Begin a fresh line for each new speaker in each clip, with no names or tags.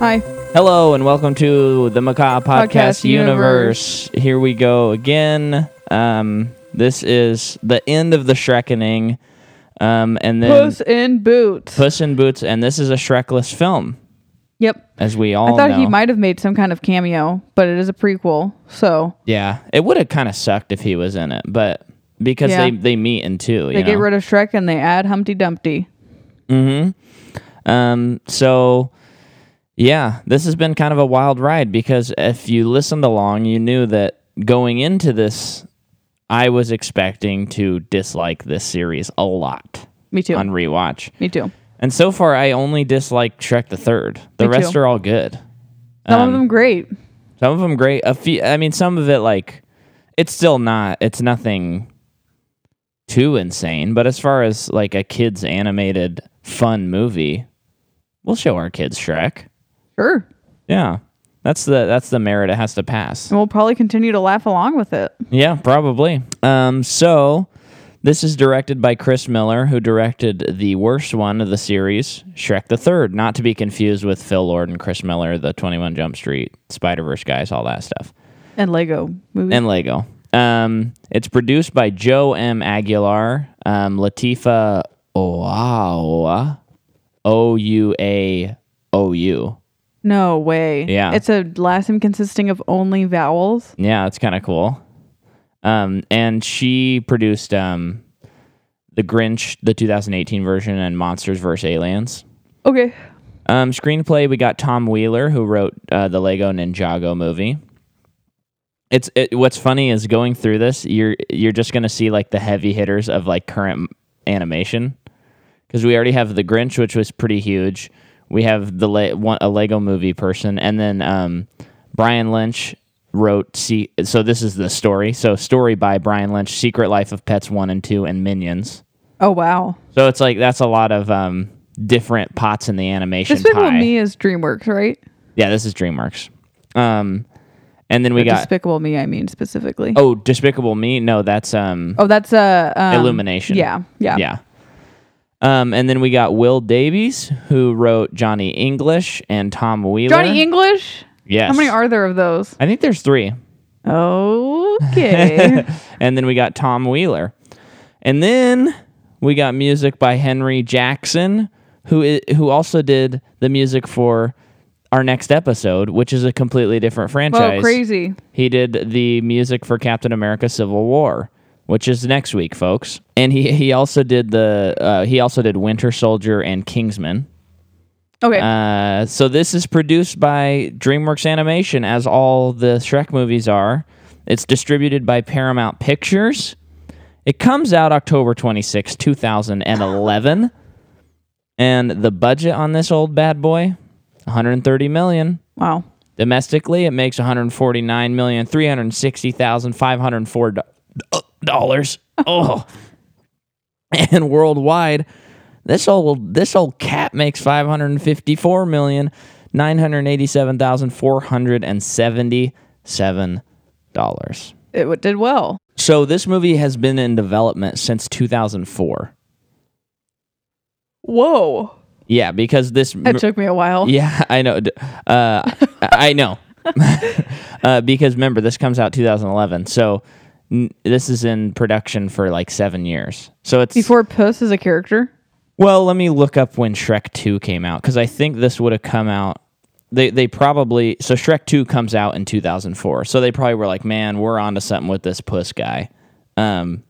Hi.
Hello and welcome to the Macaw Podcast,
Podcast
universe. Here we go again. Um, this is the end of the Shrekening, um, and then
Puss in Boots.
Puss in Boots, and this is a Shrekless film,
Yep.
as we
I
all
thought
know.
he might have made some kind of cameo, but it is a prequel. So
Yeah, it would have kind of sucked if he was in it, but because
Yeah.
they they meet in two,
they get rid of Shrek and they add Humpty Dumpty.
Um, so yeah, this has been kind of a wild ride because if you listened along, you knew that going into this, I was expecting to dislike this series a lot
Me too.
on rewatch,
Me too.
and so far I only dislike Shrek the Third. The
Me
rest
too.
are all good.
Some
um,
of them great.
Some of them great. A few. I mean, some of it like it's still not. It's nothing too insane. But as far as like a kids animated fun movie, we'll show our kids Shrek.
Sure.
Yeah. That's the that's the merit it has to pass.
And we'll probably continue to laugh along with it.
Yeah, probably. Um so this is directed by Chris Miller, who directed the worst one of the series, Shrek the Third, not to be confused with Phil Lord and Chris Miller, the 21 Jump Street, Spider Verse guys, all that stuff,
And Lego movie.
and Lego. Um, it's produced by Joe M. Aguilar, um, Latifa Oaua, O U A O U.
no way.
Yeah.
It's a last name consisting of only vowels.
Yeah, it's kind of cool. Um, and she produced um, the Grinch, the 2018 version, and Monsters vs. Aliens.
Okay.
Um, screenplay we got Tom Wheeler who wrote uh, the Lego Ninjago movie. It's it, what's funny is going through this, you're you're just gonna see like the heavy hitters of like current animation because we already have the Grinch, which was pretty huge. We have the Le- one, a Lego Movie person, and then um, Brian Lynch wrote. See, so this is the story. So story by Brian Lynch, Secret Life of Pets one and two, and Minions.
Oh wow.
So it's like that's a lot of um, different pots in the animation
This Despicable
pie.
Me is DreamWorks, right?
Yeah, this is DreamWorks. Um, and then we got
Despicable Me, I mean specifically.
oh, Despicable Me. No, that's um,
Oh, that's uh, um,
Illumination.
Yeah, yeah,
yeah. Um, and then we got Will Davies, who wrote Johnny English and Tom Wheeler.
Johnny English.
Yes.
How many are there of those?
I think there's three.
Okay.
And then we got Tom Wheeler. And then we got music by Henry Jackson, who i- who also did the music for our next episode, which is a completely different franchise.
Whoa, crazy.
He did the music for Captain America: Civil War, which is next week, folks. And he he also did the uh, he also did Winter Soldier and Kingsman.
Okay.
Uh, so this is produced by DreamWorks Animation, as all the Shrek movies are. It's distributed by Paramount Pictures. It comes out October twenty sixth, two 2011. And the budget on this old bad boy, 130 million.
wow.
Domestically, it makes one hundred forty nine million three hundred sixty thousand five hundred four dollars. Oh, and worldwide, this old this old cat makes five hundred fifty four million nine hundred eighty seven thousand four hundred and seventy seven dollars.
It w- did well.
So this movie has been in development since two thousand four.
Whoa.
Yeah, because this
That took me a while.
Yeah, I know. D- Uh, I know. uh, because remember, this comes out 2011. So n- this is in production for like seven years. So it's.
Before Puss is a character.
well, let me look up when Shrek 2 came out because I think this would have come out. They, they probably. So Shrek 2 comes out in 2004. So they probably were like, man, we're onto something with this puss guy. Um,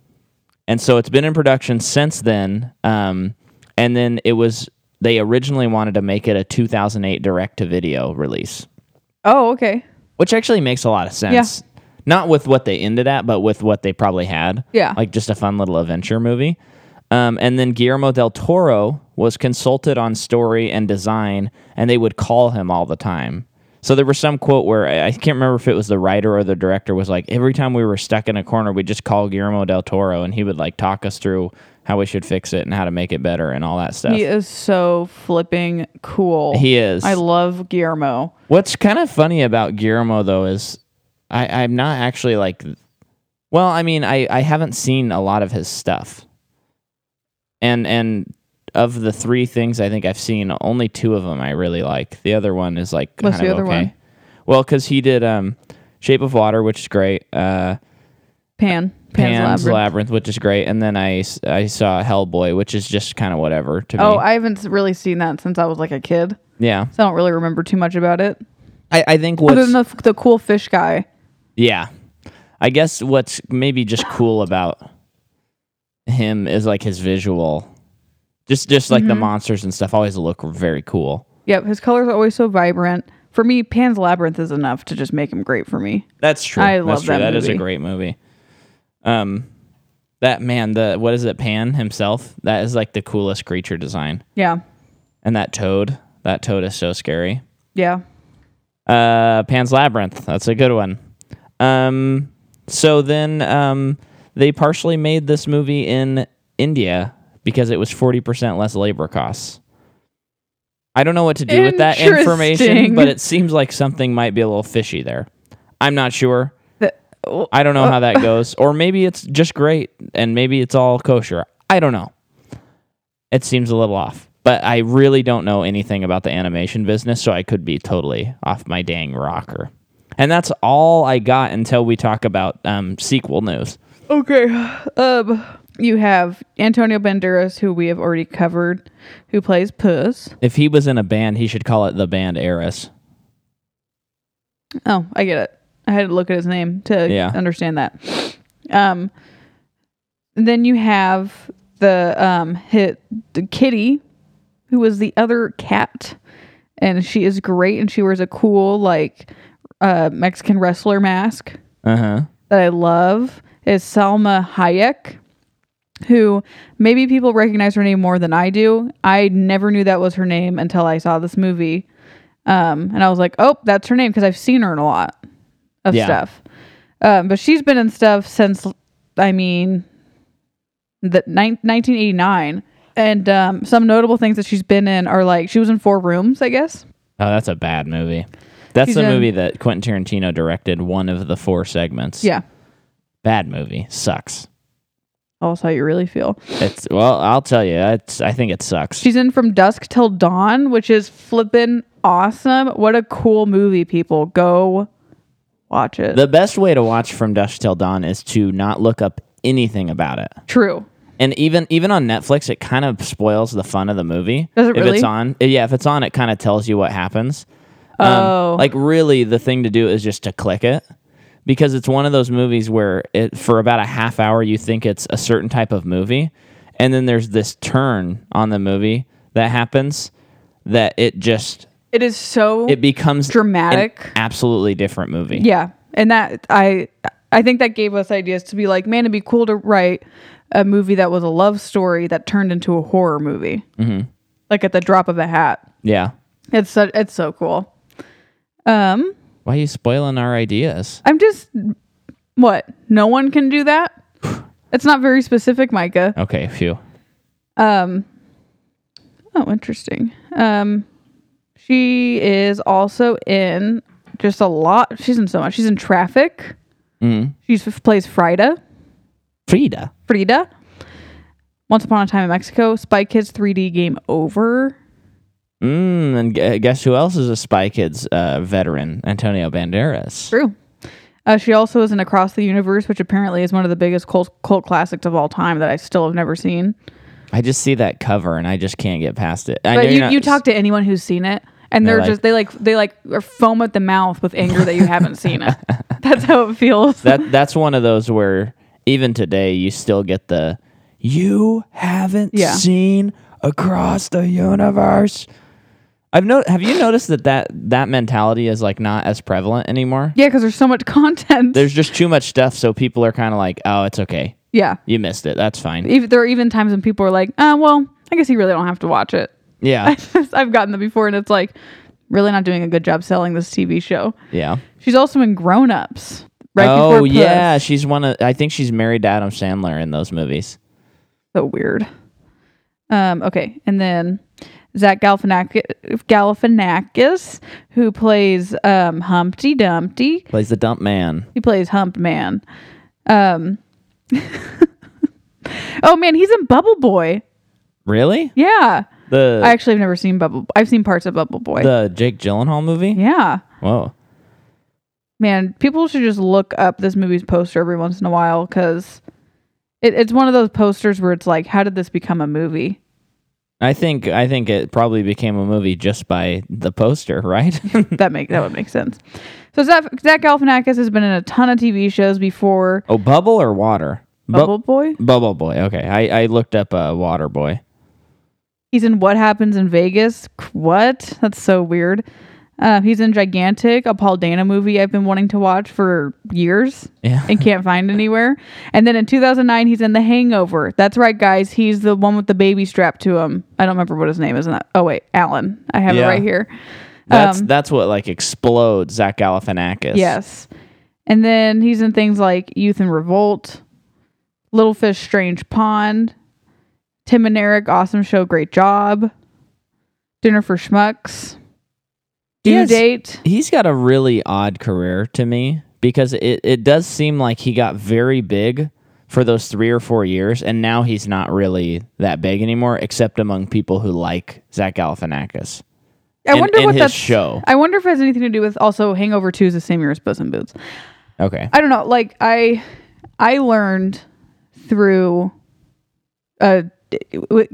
and so it's been in production since then. Um, and then it was. They originally wanted to make it a 2008 direct to video release
Oh, okay.
which actually makes a lot of sense. Not with what they ended at, but with what they probably had.
Yeah.
like just a fun little adventure movie. Um, and then Guillermo del Toro was consulted on story and design, and they would call him all the time. So there was some quote where I, I can't remember if it was the writer or the director was like, every time we were stuck in a corner, we'd just call Guillermo del Toro, and he would like talk us through how we should fix it and how to make it better and all that stuff.
He is so flipping cool.
He is.
I love Guillermo.
What's kind of funny about Guillermo though is I, I'm not actually like well, I mean, I, I haven't seen a lot of his stuff. And and of the three things I think I've seen, only two of them I really like. The other one is like
What's
kind
the
of
other
okay.
one?
Well, because he did um, Shape of Water, which is great. Uh,
Pan. Pan's,
Pan's Labyrinth.
Labyrinth.
which is great, and then I, s- I saw Hellboy, which is just kind of whatever to
Oh,
me.
I haven't really seen that since I was like a kid,
yeah,
so I don't really remember too much about it.
I, I think
Other than
what's
the, the cool fish guy.
yeah, I guess what's maybe just cool about him is like his visual, just just like the
Mm-hmm.
monsters and stuff always look very cool.
Yep, his colors are always so vibrant. For me, Pan's Labyrinth is enough to just make him great for me.
That's true.
I
That's
love
true.
that
That is a
movie.
great movie. Um, that man, the what is it? Pan himself. That is like the coolest creature design,
Yeah,
and that toad. That toad is so scary.
yeah.
Uh, Pan's Labyrinth. That's a good one. Um, so then um, they partially made this movie in India because it was 40% less labor costs. I don't know what to do with that information,
Interesting.
but it seems like something might be a little fishy there. I'm not sure.
The- oh,
I don't know how that goes. Or maybe it's just great and maybe it's all kosher. I don't know. It seems a little off. But I really don't know anything about the animation business, so I could be totally off my dang rocker. And that's all I got until we talk about um, sequel news.
Okay. Um, you have Antonio Banderas, who we have already covered, who plays Puss.
If he was in a band, he should call it the band Eris.
Oh, I get it. I had to look at his name to
Yeah.
understand that. Um, then you have the um hit the kitty, who was the other cat, and she is great, and she wears a cool like uh Mexican wrestler mask.
Uh huh.
that I love is Salma Hayek, who maybe people recognize her name more than I do. I never knew that was her name until I saw this movie. Um, and I was like, oh, that's her name because I've seen her in a lot of
Yeah.
stuff. Um, but she's been in stuff since, I mean, the nine- 1989. And um, some notable things that she's been in are like she was in Four Rooms, I guess.
Oh, that's a bad movie. That's
He's
the
in-
movie that Quentin Tarantino directed, one of the four segments.
Yeah.
Bad movie. Sucks.
Also, how you really feel.
It's well, I'll tell you. It's, I think it sucks.
She's in From Dusk Till Dawn, which is flippin' awesome. What a cool movie, people. Go watch it.
The best way to watch From Dusk Till Dawn is to not look up anything about it.
True.
And even even on Netflix, it kind of spoils the fun of the movie.
Does it
if
really?
it's on, yeah, if it's on, it kind of tells you what happens.
oh.
um, Like really, the thing to do is just to click it because it's one of those movies where it for about a half hour you think it's a certain type of movie, and then there's this turn on the movie that happens that it just
it is so
it becomes an
dramatic.
absolutely different movie.
yeah. And that I I think that gave us ideas to be like, man, it'd be cool to write a movie that was a love story that turned into a horror movie. Mm-hmm. Like at the drop of a hat.
yeah.
It's so it's so cool. Um,
Why are you spoiling our ideas?
I'm just what? No one can do that? It's not very specific, Micah.
Okay, phew.
Um. Oh, interesting. Um, she is also in just a lot. She's in so much. She's in Traffic.
Mm.
She's plays Frida.
Frida.
Frida. Once upon a time in Mexico. Spy Kids 3D. Game over.
Mm, and gu- guess who else is a Spy Kids uh, veteran? Antonio Banderas.
True. Uh, she also is in Across the Universe, which apparently is one of the biggest cult cult classics of all time that I still have never seen.
I just see that cover and I just can't get past it. I know
But
you're
you,
not-
you talk to anyone who's seen it, and
They're
they're
like-
just they like they like are foam at the mouth with anger that you haven't seen it. That's how it feels.
That that's one of those where even today you still get the you haven't
Yeah.
seen across the universe. I've no. Have you noticed that, that that mentality is like not as prevalent anymore?
yeah, because there's so much content.
There's just too much stuff, so people are kind of like, "Oh, it's okay.
yeah,
You missed it. That's fine."
Even there are even times when people are like, uh, well, I guess you really don't have to watch it."
Yeah,
I've gotten them before, and it's like really not doing a good job selling this TV show.
yeah.
She's also in Grown Ups. Right
oh
before Puss.
yeah, she's one of. I think she's married to Adam Sandler in those movies.
so weird. Um, okay, and then Zach Galifianak- Galifianakis, who plays um, Humpty Dumpty,
Plays the dump man.
He plays Humped Man. Um, oh man, he's in Bubble Boy.
Really?
Yeah.
The
I actually have never seen Bubble. I've seen parts of Bubble Boy.
the Jake Gyllenhaal movie?
yeah.
Whoa.
Man, people should just look up this movie's poster every once in a while because it, it's one of those posters where it's like, how did this become a movie?
I think I think it probably became a movie just by the poster, right?
That make that would make sense. So Zach, Zach Galifianakis has been in a ton of TV shows before.
oh, bubble or water? Bu-
Bubble Boy.
Bubble boy. Okay, I, I looked up uh, water boy.
He's in What Happens in Vegas. What? That's so weird. Uh, he's in Gigantic, a Paul Dana movie I've been wanting to watch for years
Yeah.
and can't find anywhere. And then in 2009, he's in The Hangover. That's right, guys. He's the one with the baby strapped to him. I don't remember what his name is. In that. Oh, wait. Alan. I have it
Yeah.
right here. um,
That's that's what like explodes Zach Galifianakis.
Yes. And then he's in things like Youth and Revolt, Little Fish Strange Pond, Tim and Eric Awesome Show Great Job, Dinner for Schmucks,
He
Due
has-
Date.
He's got a really odd career to me because it, it does seem like he got very big for those three or four years, and now he's not really that big anymore, except among people who like Zach Galifianakis.
I
in-
wonder
in
what
his
that's
show.
I wonder if it has anything to do with also Hangover 2 is the same year as Puss in Boots.
Okay.
I don't know. Like I, I learned through, uh,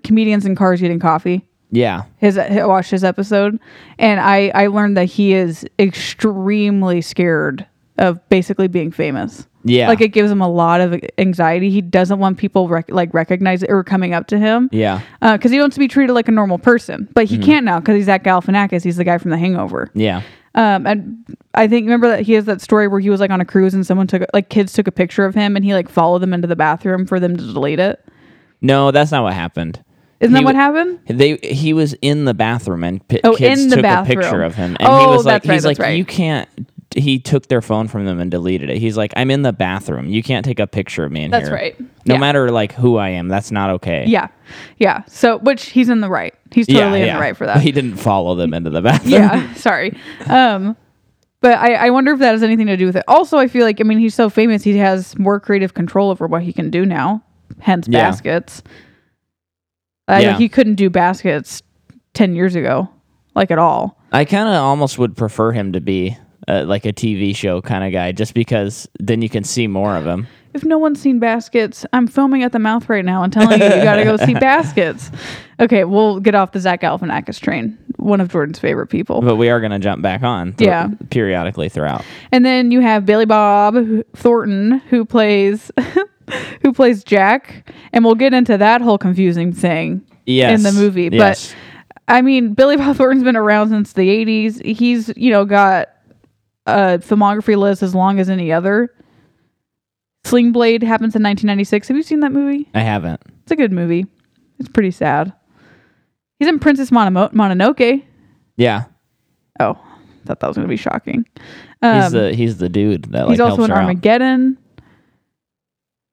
comedians in cars eating coffee.
Yeah.
His I watched his episode, and I I learned that he is extremely scared of basically being famous.
Yeah.
Like it gives him a lot of anxiety. He doesn't want people rec- like recognize or coming up to him because
yeah. Mm-hmm.
he wants to be treated like a normal person. But he can't now because he's at Galifianakis. He's the guy from The Hangover.
Yeah.
Um, and I think remember that he has that story where he was like on a cruise and someone took like kids took a picture of him and he like followed them into the bathroom for them to delete it.
No, that's not what happened.
Isn't
He
that what
w-
happened?
They he was in the bathroom and p-
Oh,
kids
in the
took
bathroom.
a picture of him, and
Oh,
he was like,
that's right,
he's
that's
like,
right.
you can't. He took their phone from them and deleted it. He's like, I'm in the bathroom. You can't take a picture of me in
That's
here.
right.
No
Yeah.
matter like who I am, that's not okay.
Yeah, yeah. So which he's in the right. He's totally in the right for that.
But he didn't follow them into the bathroom.
yeah, sorry. Um, but I I wonder if that has anything to do with it. Also, I feel like I mean he's so famous he has more creative control over what he can do now. Hence
Yeah.
baskets. I,
Yeah.
he couldn't do baskets ten years ago, like at all.
I kind of almost would prefer him to be uh, like a TV show kind of guy, just because then you can see more of him.
If no one's seen Baskets, I'm filming at the mouth right now and telling you you gotta go see Baskets. Okay, we'll get off the Zach Galifianakis train, one of Jordan's favorite people.
But we are gonna jump back on, th-
Yeah.
periodically throughout.
And then you have Billy Bob who- Thornton, who plays who plays Jack, and we'll get into that whole confusing thing
Yes,
in the movie.
yes.
But I mean, Billy Bob Thornton's been around since the '80s. He's you know got a filmography list as long as any other. Sling Blade happens in 1996. Have you seen that movie?
I haven't.
It's a good movie. It's pretty sad. He's in Princess Monomo- Mononoke.
Yeah,
Oh, thought that was going to be shocking.
he's
Um,
the he's the dude that like
he's also
helps
in
her out.
Armageddon.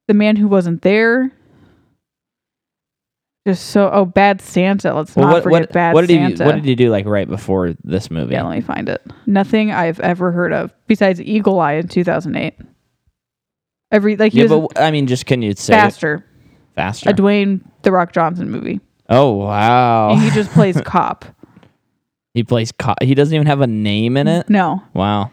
The man who wasn't there. Just so oh, Bad Santa. Let's
Well,
not
what
forget
what,
Bad
what did
Santa.
he what did he do like right before this movie?
yeah, let me find it. Nothing I've ever heard of besides Eagle Eye in 2008. Every like he
Yeah,
was in
but I mean, just can you say it
Faster,
faster?
a Dwayne the Rock Johnson movie,
oh wow,
and he just plays cop.
he plays. Co- he doesn't even have a name in it.
No,
Wow,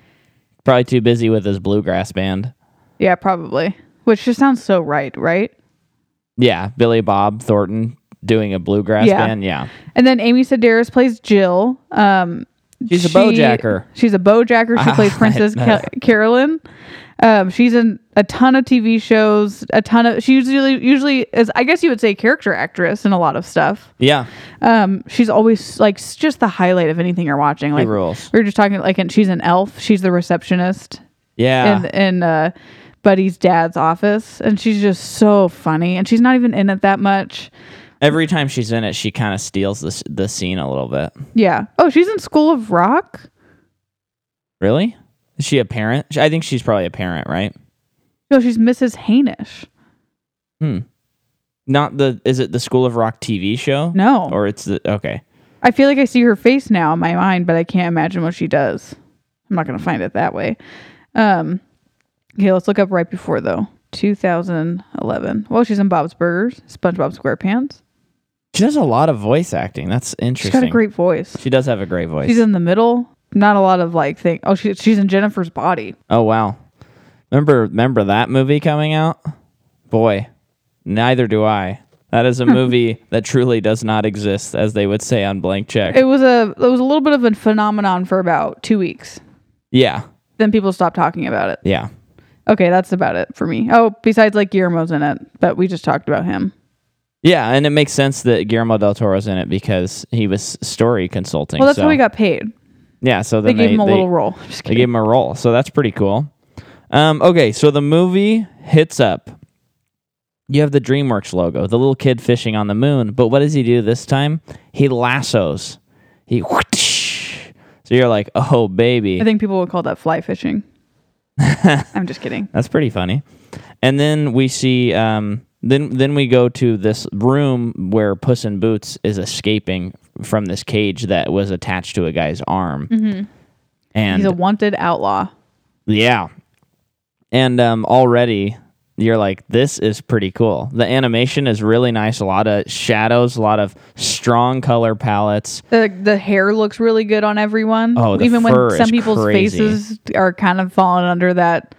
probably too busy with his bluegrass band.
Yeah, probably. Which just sounds so right, right?
Yeah, Billy Bob Thornton doing a bluegrass
Yeah.
band. Yeah,
And then Amy Sedaris plays Jill. Um,
She's a
she-
bojacker.
She's a bojacker. She plays Princess Ca- Carolyn. Um, she's in a ton of TV shows. A ton of she usually usually is I guess you would say character actress in a lot of stuff.
yeah,
Um, she's always like s- just the highlight of anything you're watching. Like
rules.
we were just talking like and she's an elf. She's the receptionist
yeah.
in in uh, Buddy's dad's office, and she's just so funny. And she's not even in it that much.
Every time she's in it, she kind of steals the s- the scene a little bit.
Yeah. Oh, she's in School of Rock.
Really? Is she a parent? She- I think she's probably a parent, right?
No, she's Mrs. Hainish.
Not the is it the School of Rock TV show?
No,
Or it's the okay.
I feel like I see her face now in my mind, but I can't imagine what she does. I'm not gonna find it that way. Um, okay, let's look up right before though. 2011. Well, she's in Bob's Burgers, SpongeBob SquarePants.
She does a lot of voice acting. That's
She's
interesting.
got a great voice.
She does have a great voice.
She's in the middle. Not a lot of like thing. Oh, she, she's in Jennifer's body.
oh wow. Remember remember that movie coming out? Boy, neither do I. That is a
Hmm.
movie that truly does not exist, as they would say on blank check.
It was a it was a little bit of a phenomenon for about two weeks.
yeah.
Then people stopped talking about it.
Yeah.
Okay, that's about it for me. Oh, besides like Guillermo's in it, but we just talked about him.
Yeah, and it makes sense that Guillermo del Toro's in it because he was story consulting.
Well, that's
so.
how he got paid.
Yeah, so
They
then
gave him a
they,
little role. I'm just
They
kidding.
gave him a role, so that's pretty cool. Um, okay, so the movie hits up. You have the DreamWorks logo, the little kid fishing on the moon. But what does he do this time? He lassos. He. whoosh. So you're like, oh baby,
I think people would call that fly fishing. I'm just kidding.
that's pretty funny. And then we see. Um, then then we go to this room where Puss in Boots is escaping from this cage that was attached to a guy's arm. And
Mm-hmm. He's a wanted outlaw.
Yeah. And um, already you're like, this is pretty cool. The animation is really nice. A lot of shadows, a lot of strong color palettes.
The the hair looks really good on everyone.
Oh, the
even
fur
when some
is
people's
crazy.
faces are kind of falling under that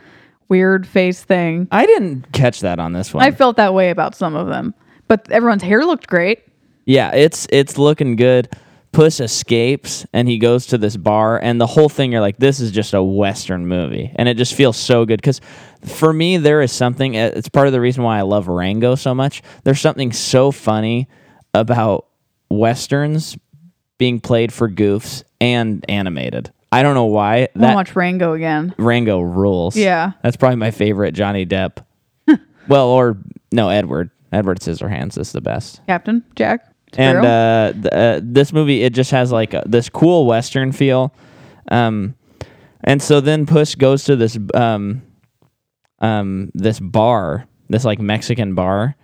weird face thing.
I didn't catch that on this one.
I felt that way about some of them. But everyone's hair looked great.
yeah, it's it's looking good. Puss escapes and he goes to this bar, and the whole thing you're like, this is just a western movie, and it just feels so good because for me there is something. uh, It's part of the reason why I love Rango so much. There's something so funny about westerns being played for goofs and animated. I don't know why
I want
that
to watch Rango again.
Rango rules.
Yeah.
that's probably my favorite Johnny Depp. well, or no, Edward. Edward Scissorhands is the best
Captain Jack.
and
Sparrow.
uh, th- uh, this movie it just has like a, this cool western feel um, and so then puss goes to this um, um, this bar this like mexican bar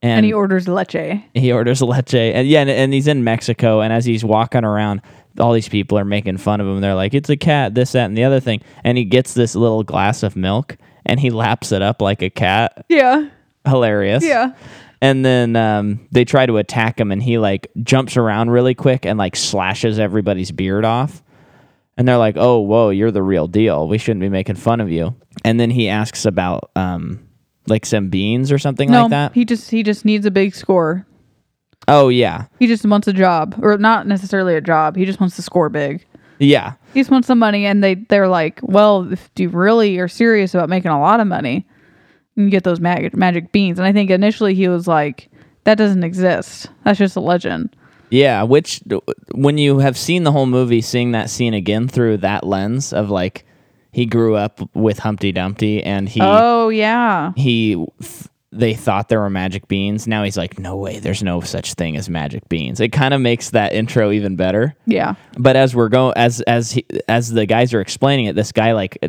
and,
and he orders leche.
he orders leche and yeah and, and he's in mexico and as he's walking around all these people are making fun of him they're like it's a cat this that and the other thing and he gets this little glass of milk and he laps it up like a cat
Yeah.
hilarious
Yeah.
and then um, they try to attack him, and he like jumps around really quick and like slashes everybody's beard off. And they're like, "Oh, whoa, you're the real deal. We shouldn't be making fun of you." And then he asks about um, like some beans or something
No,
like that.
he just he just needs a big score.
oh yeah,
He just wants a job, or not necessarily a job. He just wants to score big.
yeah,
He just wants some money, and they they're like, well, if you really are serious about making a lot of money, you can get those magic magic beans. And I think initially he was like, that doesn't exist. That's just a legend.
yeah. Which when you have seen the whole movie, seeing that scene again through that lens of like he grew up with Humpty Dumpty, and he
Oh yeah,
he th- they thought there were magic beans. Now he's like, no way, there's no such thing as magic beans. It kind of makes that intro even better.
yeah.
But as we're going, as as he, as the guys are explaining it, this guy like uh,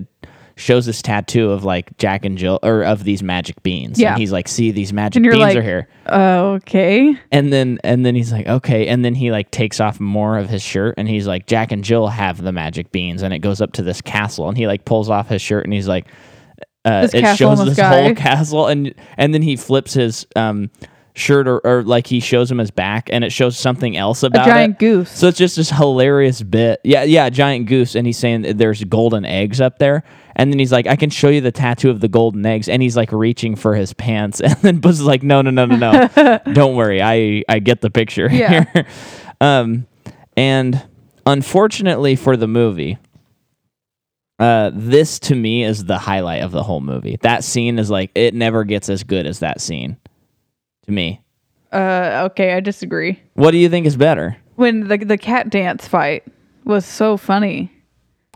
shows this tattoo of like Jack and Jill or of these magic beans.
Yeah.
and he's like, see these magic
And you're
beans
like,
are here.
okay.
And then and then he's like, okay. And then he like takes off more of his shirt and he's like, Jack and Jill have the magic beans, and it goes up to this castle, and he like pulls off his shirt and he's like, uh,
This
it
castle
shows
in the
this
sky.
whole castle, and and then he flips his um shirt or, or like he shows him his back, and it shows something else
A
about
giant
it.
goose.
So it's just this hilarious bit. Yeah, yeah, giant goose. And he's saying that there's golden eggs up there. And then he's like, I can show you the tattoo of the golden eggs. And he's like reaching for his pants. And then Buzz is like, no, no, no, no, no. Don't worry. I, I get the picture
Yeah.
here. um, and unfortunately for the movie, uh, this to me is the highlight of the whole movie. That scene is like, it never gets as good as that scene to me.
Uh, okay, I disagree.
What do you think is better?
When the the cat dance fight was so funny.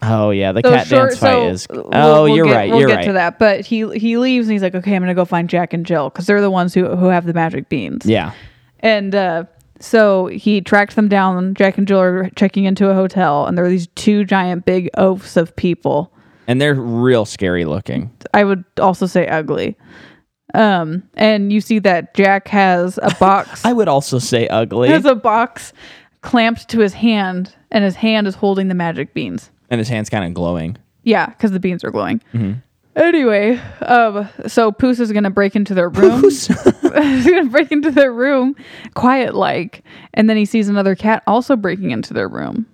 Oh yeah, the
So
cat
short-
dance fight
so
is.
we'll-
oh,
we'll
you're
get-
right.
We'll
you're
get
right.
to that. But he he leaves and he's like, okay, I'm gonna go find Jack and Jill because they're the ones who who have the magic beans.
Yeah,
And uh, so he tracks them down. Jack and Jill are checking into a hotel, and there are these two giant, big oafs of people.
and they're real scary looking.
I would also say ugly. Um, and you see that Jack has a box
I would also say ugly,
has a box clamped to his hand, and his hand is holding the magic beans.
and his hands kind of glowing. Mm-hmm.
Yeah, because the beans are glowing. Anyway, um, so Poos is gonna break into their room. He's gonna break into their room, quiet like, and then he sees another cat also breaking into their room,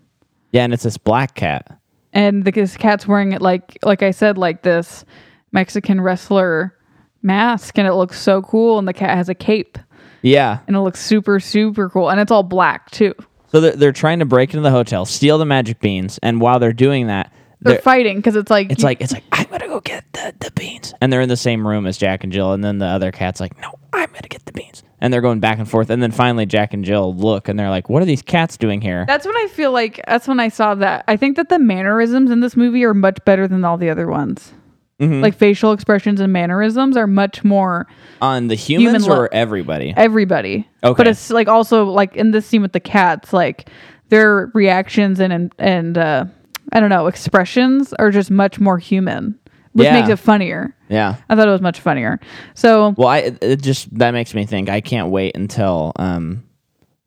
yeah, and it's this black cat.
and the this cat's wearing it like, like I said, like this Mexican wrestler mask, and it looks so cool, and the cat has a cape,
Yeah.
and it looks super super cool, and it's all black too.
So they're, they're trying to break into the hotel, steal the magic beans, and while they're doing that,
They're,
they're,
fighting because it's like
it's like it's like I'm gonna go get the, the beans, and they're in the same room as Jack and Jill, and then the other cat's like, no, I'm gonna get the beans, and they're going back and forth, and then finally Jack and Jill look, and they're like, what are these cats doing here?
That's when I feel like that's when I saw that. I think that the mannerisms in this movie are much better than all the other ones.
Mm-hmm.
Like facial expressions and mannerisms are much more
On the
Human
humans
lo-
or everybody?
everybody.
Okay.
But it's like also like in this scene with the cats, like their reactions and and, and uh, I don't know expressions are just much more human, which
Yeah.
makes it funnier.
Yeah.
I thought it was much funnier. So
Well, I it- it just that makes me think. I can't wait until um,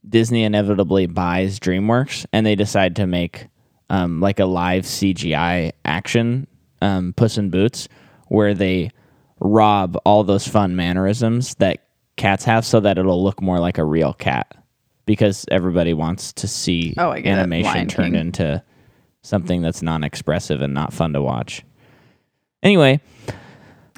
Disney inevitably buys DreamWorks and they decide to make um, like a live CGI action um, Puss in Boots, where they rob all those fun mannerisms that cats have, so that it'll look more like a real cat. Because everybody wants to see
Oh, I get it.
animation
Lion
turned
King.
into something that's non-expressive and not fun to watch. Anyway,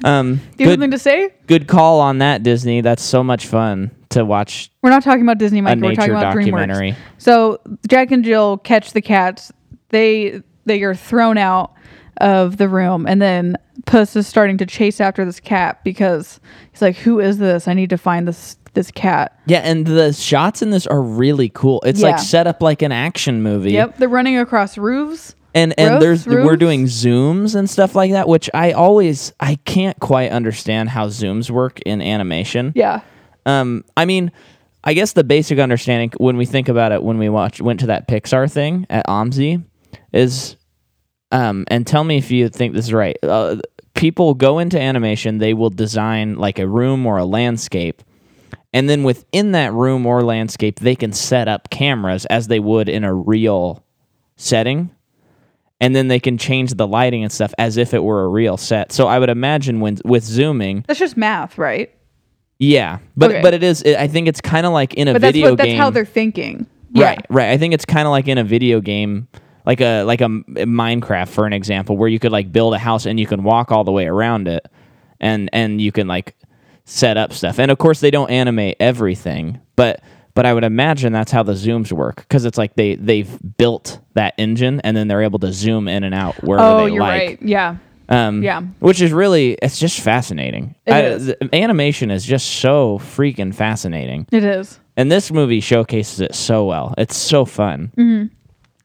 um,
do you have
good-
something to say?
good call on that disney that's so much fun to watch
We're not talking about Disney,
a
Mike. We're
nature
talking about DreamWorks.
documentary
So Jack and Jill catch the cats. They they are thrown out of the room, and then Puss is starting to chase after this cat because he's like, "Who is this? I need to find this this cat."
yeah and the shots in this are really cool it's
Yeah.
like set up like an action movie
Yep, they're running across roofs.
and and
Roofs,
there's we're
roofs.
doing zooms and stuff like that which i always i can't quite understand how zooms work in animation
Yeah,
um i mean i guess the basic understanding when we think about it when we watch went to that pixar thing at omzi is um and tell me if you think this is right uh, people go into animation they will design like a room or a landscape and then within that room or landscape they can set up cameras as they would in a real setting and then they can change the lighting and stuff as if it were a real set so i would imagine when with zooming
that's just math, right?
yeah, but
Okay.
but it is. I think it's kind of like in a
But that's
video
what that's
game.
how they're thinking.
Right, right. I think it's kind of like in a video game, like a like a M- Minecraft for an example, where you could like build a house and you can walk all the way around it, and and you can like set up stuff. And of course, they don't animate everything, but but I would imagine that's how the zooms work because it's like they they've built that engine and then they're able to zoom in and out wherever
Oh,
they
you're
like.
right. Yeah.
Um,
Yeah.
Which is really, it's just fascinating.
It
I-
is.
th- animation is just so freaking fascinating.
It is.
And this movie showcases it so well. It's so fun.
Mm-hmm.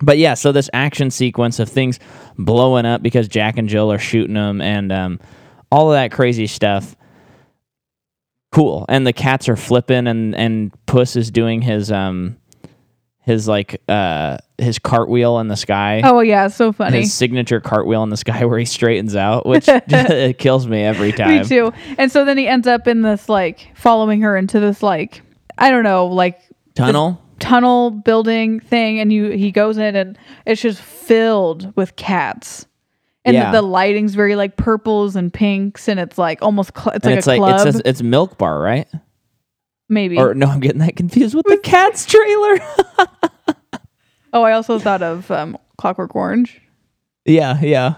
But yeah, so this action sequence of things blowing up because Jack and Jill are shooting them and um, all of that crazy stuff. Cool. And the cats are flipping and, and Puss is doing his, um, his like, uh, his cartwheel in the sky
Oh well, yeah, it's so funny.
his signature cartwheel in the sky where he straightens out, which it kills me every time.
Me too. And so then he ends up in this like following her into this like I don't know like
Tunnel.
tunnel building thing and you he goes in and it's just filled with cats and
Yeah.
the, lighting's very like purples and pinks and it's like almost cl- it's
and
like
it's
a
like
club
it says it's milk bar, right?
maybe
Or no, I'm getting that confused with the cat's trailer.
oh i also thought of um, clockwork orange
yeah, yeah.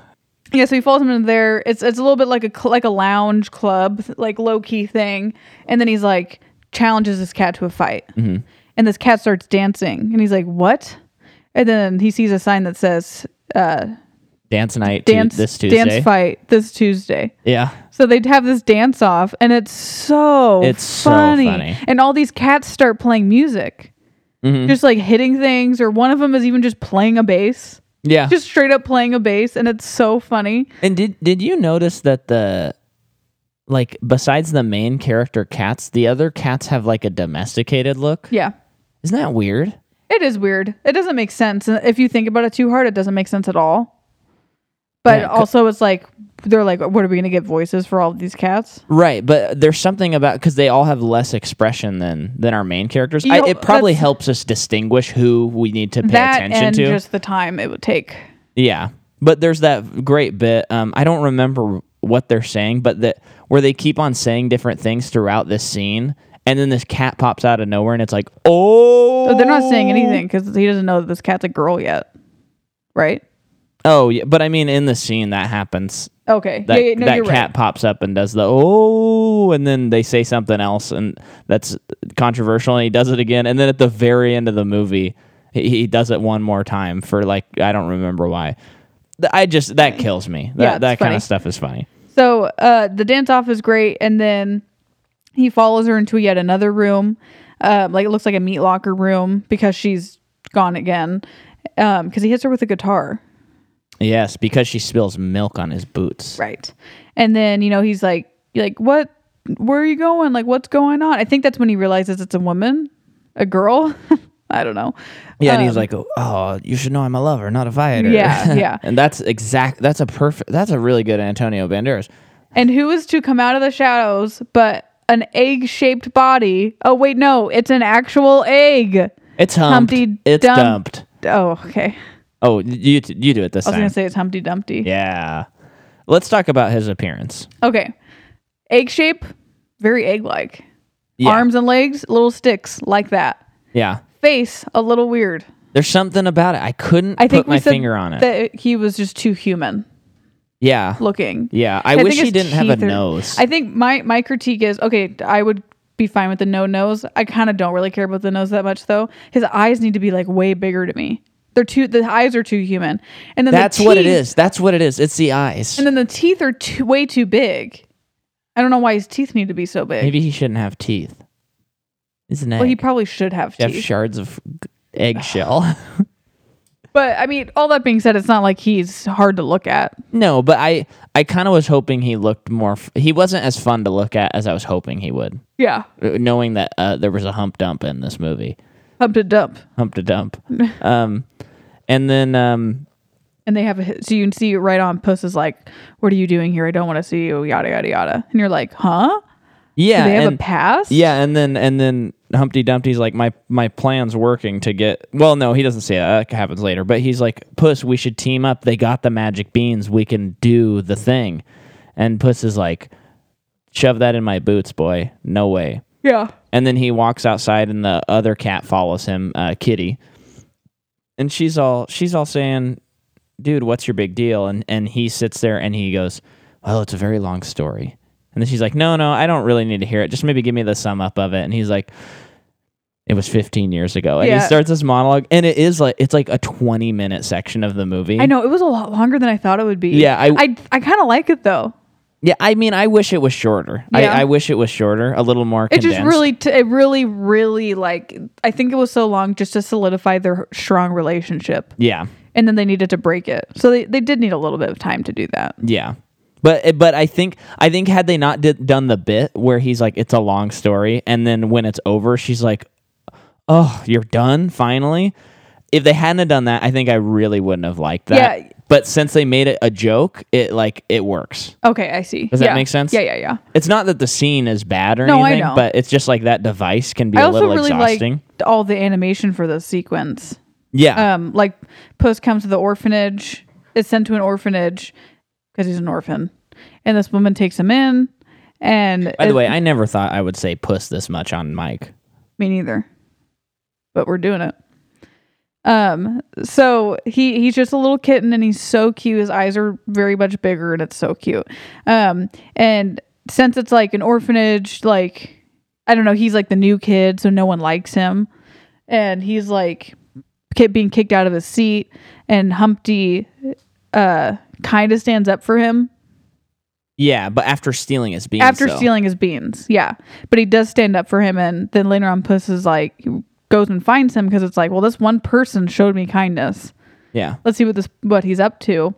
yeah so he falls into there it's it's a little bit like a cl- like a lounge club like low-key thing and then he's like challenges this cat to a fight
Mm-hmm.
and this cat starts dancing and he's like what and then he sees a sign that says uh
Dance night Tu-
dance
this Tuesday.
dance fight this tuesday
yeah.
So they'd have this dance off, and it's so
It's so
funny.
funny. Mm-hmm.
And all these cats start playing music, just like hitting things, or one of them is even just playing a bass,
Yeah.
just straight up playing a bass, and it's so funny.
and did did you notice that the like besides the main character cats, the other cats have like a domesticated look?
Yeah,
Isn't that weird?
it is weird. It doesn't make sense And if you think about it too hard. It doesn't make sense at all. But
Yeah, 'cause-
also, it's like they're like, what are we gonna get voices for all of these cats?
Right, but there's something about because they all have less expression than than our main characters.
You
I,
know,
it probably
that's-
helps us distinguish who we need to pay
that
attention
and
to.
just the time it would take.
yeah, but there's that great bit. Um, I don't remember what they're saying, but that where they keep on saying different things throughout this scene, and then this cat pops out of nowhere, and it's like, oh,
But they're not saying anything because he doesn't know that this cat's a girl yet, right?
Oh, yeah, but I mean, in the scene that happens,
Okay.
that,
yeah, yeah, no,
that
you're
cat pops up and does the oh, and then they say something else, and that's controversial, and he does it again, and then at the very end of the movie, he, he does it one more time for like I don't remember why. Th- I just that kills me. That
Yeah, it's
that kind
funny.
of stuff is funny.
right. So uh, the dance off is great, and then he follows her into yet another room. Uh, like it looks like a meat locker room because she's gone again. Because he hits her with a guitar.
Yes, because she spills milk on his boots.
Right. And then, you know, he's like, like, what, where are you going? Like, what's going on? I think that's when he realizes it's a woman, a girl. I don't know. Um,
Yeah, and he's like, "Oh, you should know I'm a lover, not a fighter."
Yeah, yeah.
and that's exact. That's a perfect. That's a really good Antonio Banderas.
And who is to come out of the shadows but an egg shaped body? Oh, wait, no, it's an actual egg.
It's humped.
Humpty
it's
Dump-
dumped.
Oh, okay.
Oh, you you do it this
I was
time.
going to say it's Humpty Dumpty.
Yeah. Let's talk about his appearance.
Okay. Egg shape, very egg like.
Yeah.
Arms and legs, little sticks like that.
Yeah.
Face, a little weird.
There's something about it. I couldn't
I think
put my
we said
finger on it.
that he was just too human
yeah.
looking.
Yeah. I,
I think
wish he
his
didn't have a
teeth are-
nose.
I think my my critique is okay. I would be fine with the no nose. I kind of don't really care about the nose that much though. His eyes need to be like way bigger to me. They're too the eyes are too human, and then the
That's what it
teeth-
is. That's what it is. It's the eyes.
And then the teeth are too, way too big. I don't know why his teeth need to be so big.
Maybe he shouldn't have teeth. Isn't it?
Well, he probably should have
have
teeth.
shards of eggshell.
But I mean, all that being said, it's not like he's hard to look at.
no, but I I kind of was hoping he looked more. F- he wasn't as fun to look at as I was hoping he would.
Yeah,
Uh, Knowing that uh, there was a hump dump in this movie,
up to dump,
hump to dump. um, and then um,
and they have a, so you can see right on. Puss is like, "What are you doing here? I don't want to see you." Yada yada yada, and you're like, "Huh?
yeah,
Do they have
and-
a pass?"
Yeah, and then and then Humpty Dumpty's like my my plan's working to get. Well, no, he doesn't say that. That happens later. But he's like, Puss, we should team up. They got the magic beans. We can do the thing. And Puss is like, shove that in my boots, boy. No way.
yeah.
And then he walks outside, and the other cat follows him, uh, Kitty. And she's all she's all saying, "Dude, what's your big deal?" And and he sits there and he goes, "Well, it's a very long story." And then she's like, "No, no, I don't really need to hear it. Just maybe give me the sum up of it." And he's like, "It was 15 years ago." And
Yeah.
he starts his monologue, and it is like it's like a 20 minute section of the movie.
I know it was a lot longer than I thought it would be.
Yeah, I-
I, I kind of like it though.
Yeah, I mean, I wish it was shorter.
Yeah.
I, I wish it was shorter, a little more.
It
condensed.
just really, t- it really, really like. I think it was so long just to solidify their strong relationship,
yeah.
and then they needed to break it. So they, they did need a little bit of time to do that.
Yeah. But eh, but I think I think had they not did, done the bit where he's like it's a long story and then when it's over she's like oh you're done finally if they hadn't have done that I think I really wouldn't have liked that
Yeah.
but since they made it a joke it like it works
Okay, I see.
Does that
Yeah.
make sense?
Yeah, yeah, yeah.
it's not that the scene is bad or
No, I
anything
know.
but it's just like that device can be
I
a
also
little
really
exhausting
liked all the animation for this sequence.
yeah
Um, like Puss comes to the orphanage, is sent to an orphanage because he's an orphan, and this woman takes him in. And
by the way I never thought I would say puss this much on Mike
Me neither. But we're doing it. Um, so he he's just a little kitten and he's so cute. His eyes are very much bigger and it's so cute. Um, and since it's like an orphanage, like I don't know, he's like the new kid, so no one likes him. And he's like kid being kicked out of his seat and Humpty uh kind of stands up for him
yeah but after stealing his beans
after
though.
stealing his beans yeah but he does stand up for him and then later on puss is like goes and finds him because it's like well this one person showed me kindness
yeah
let's see what this what he's up to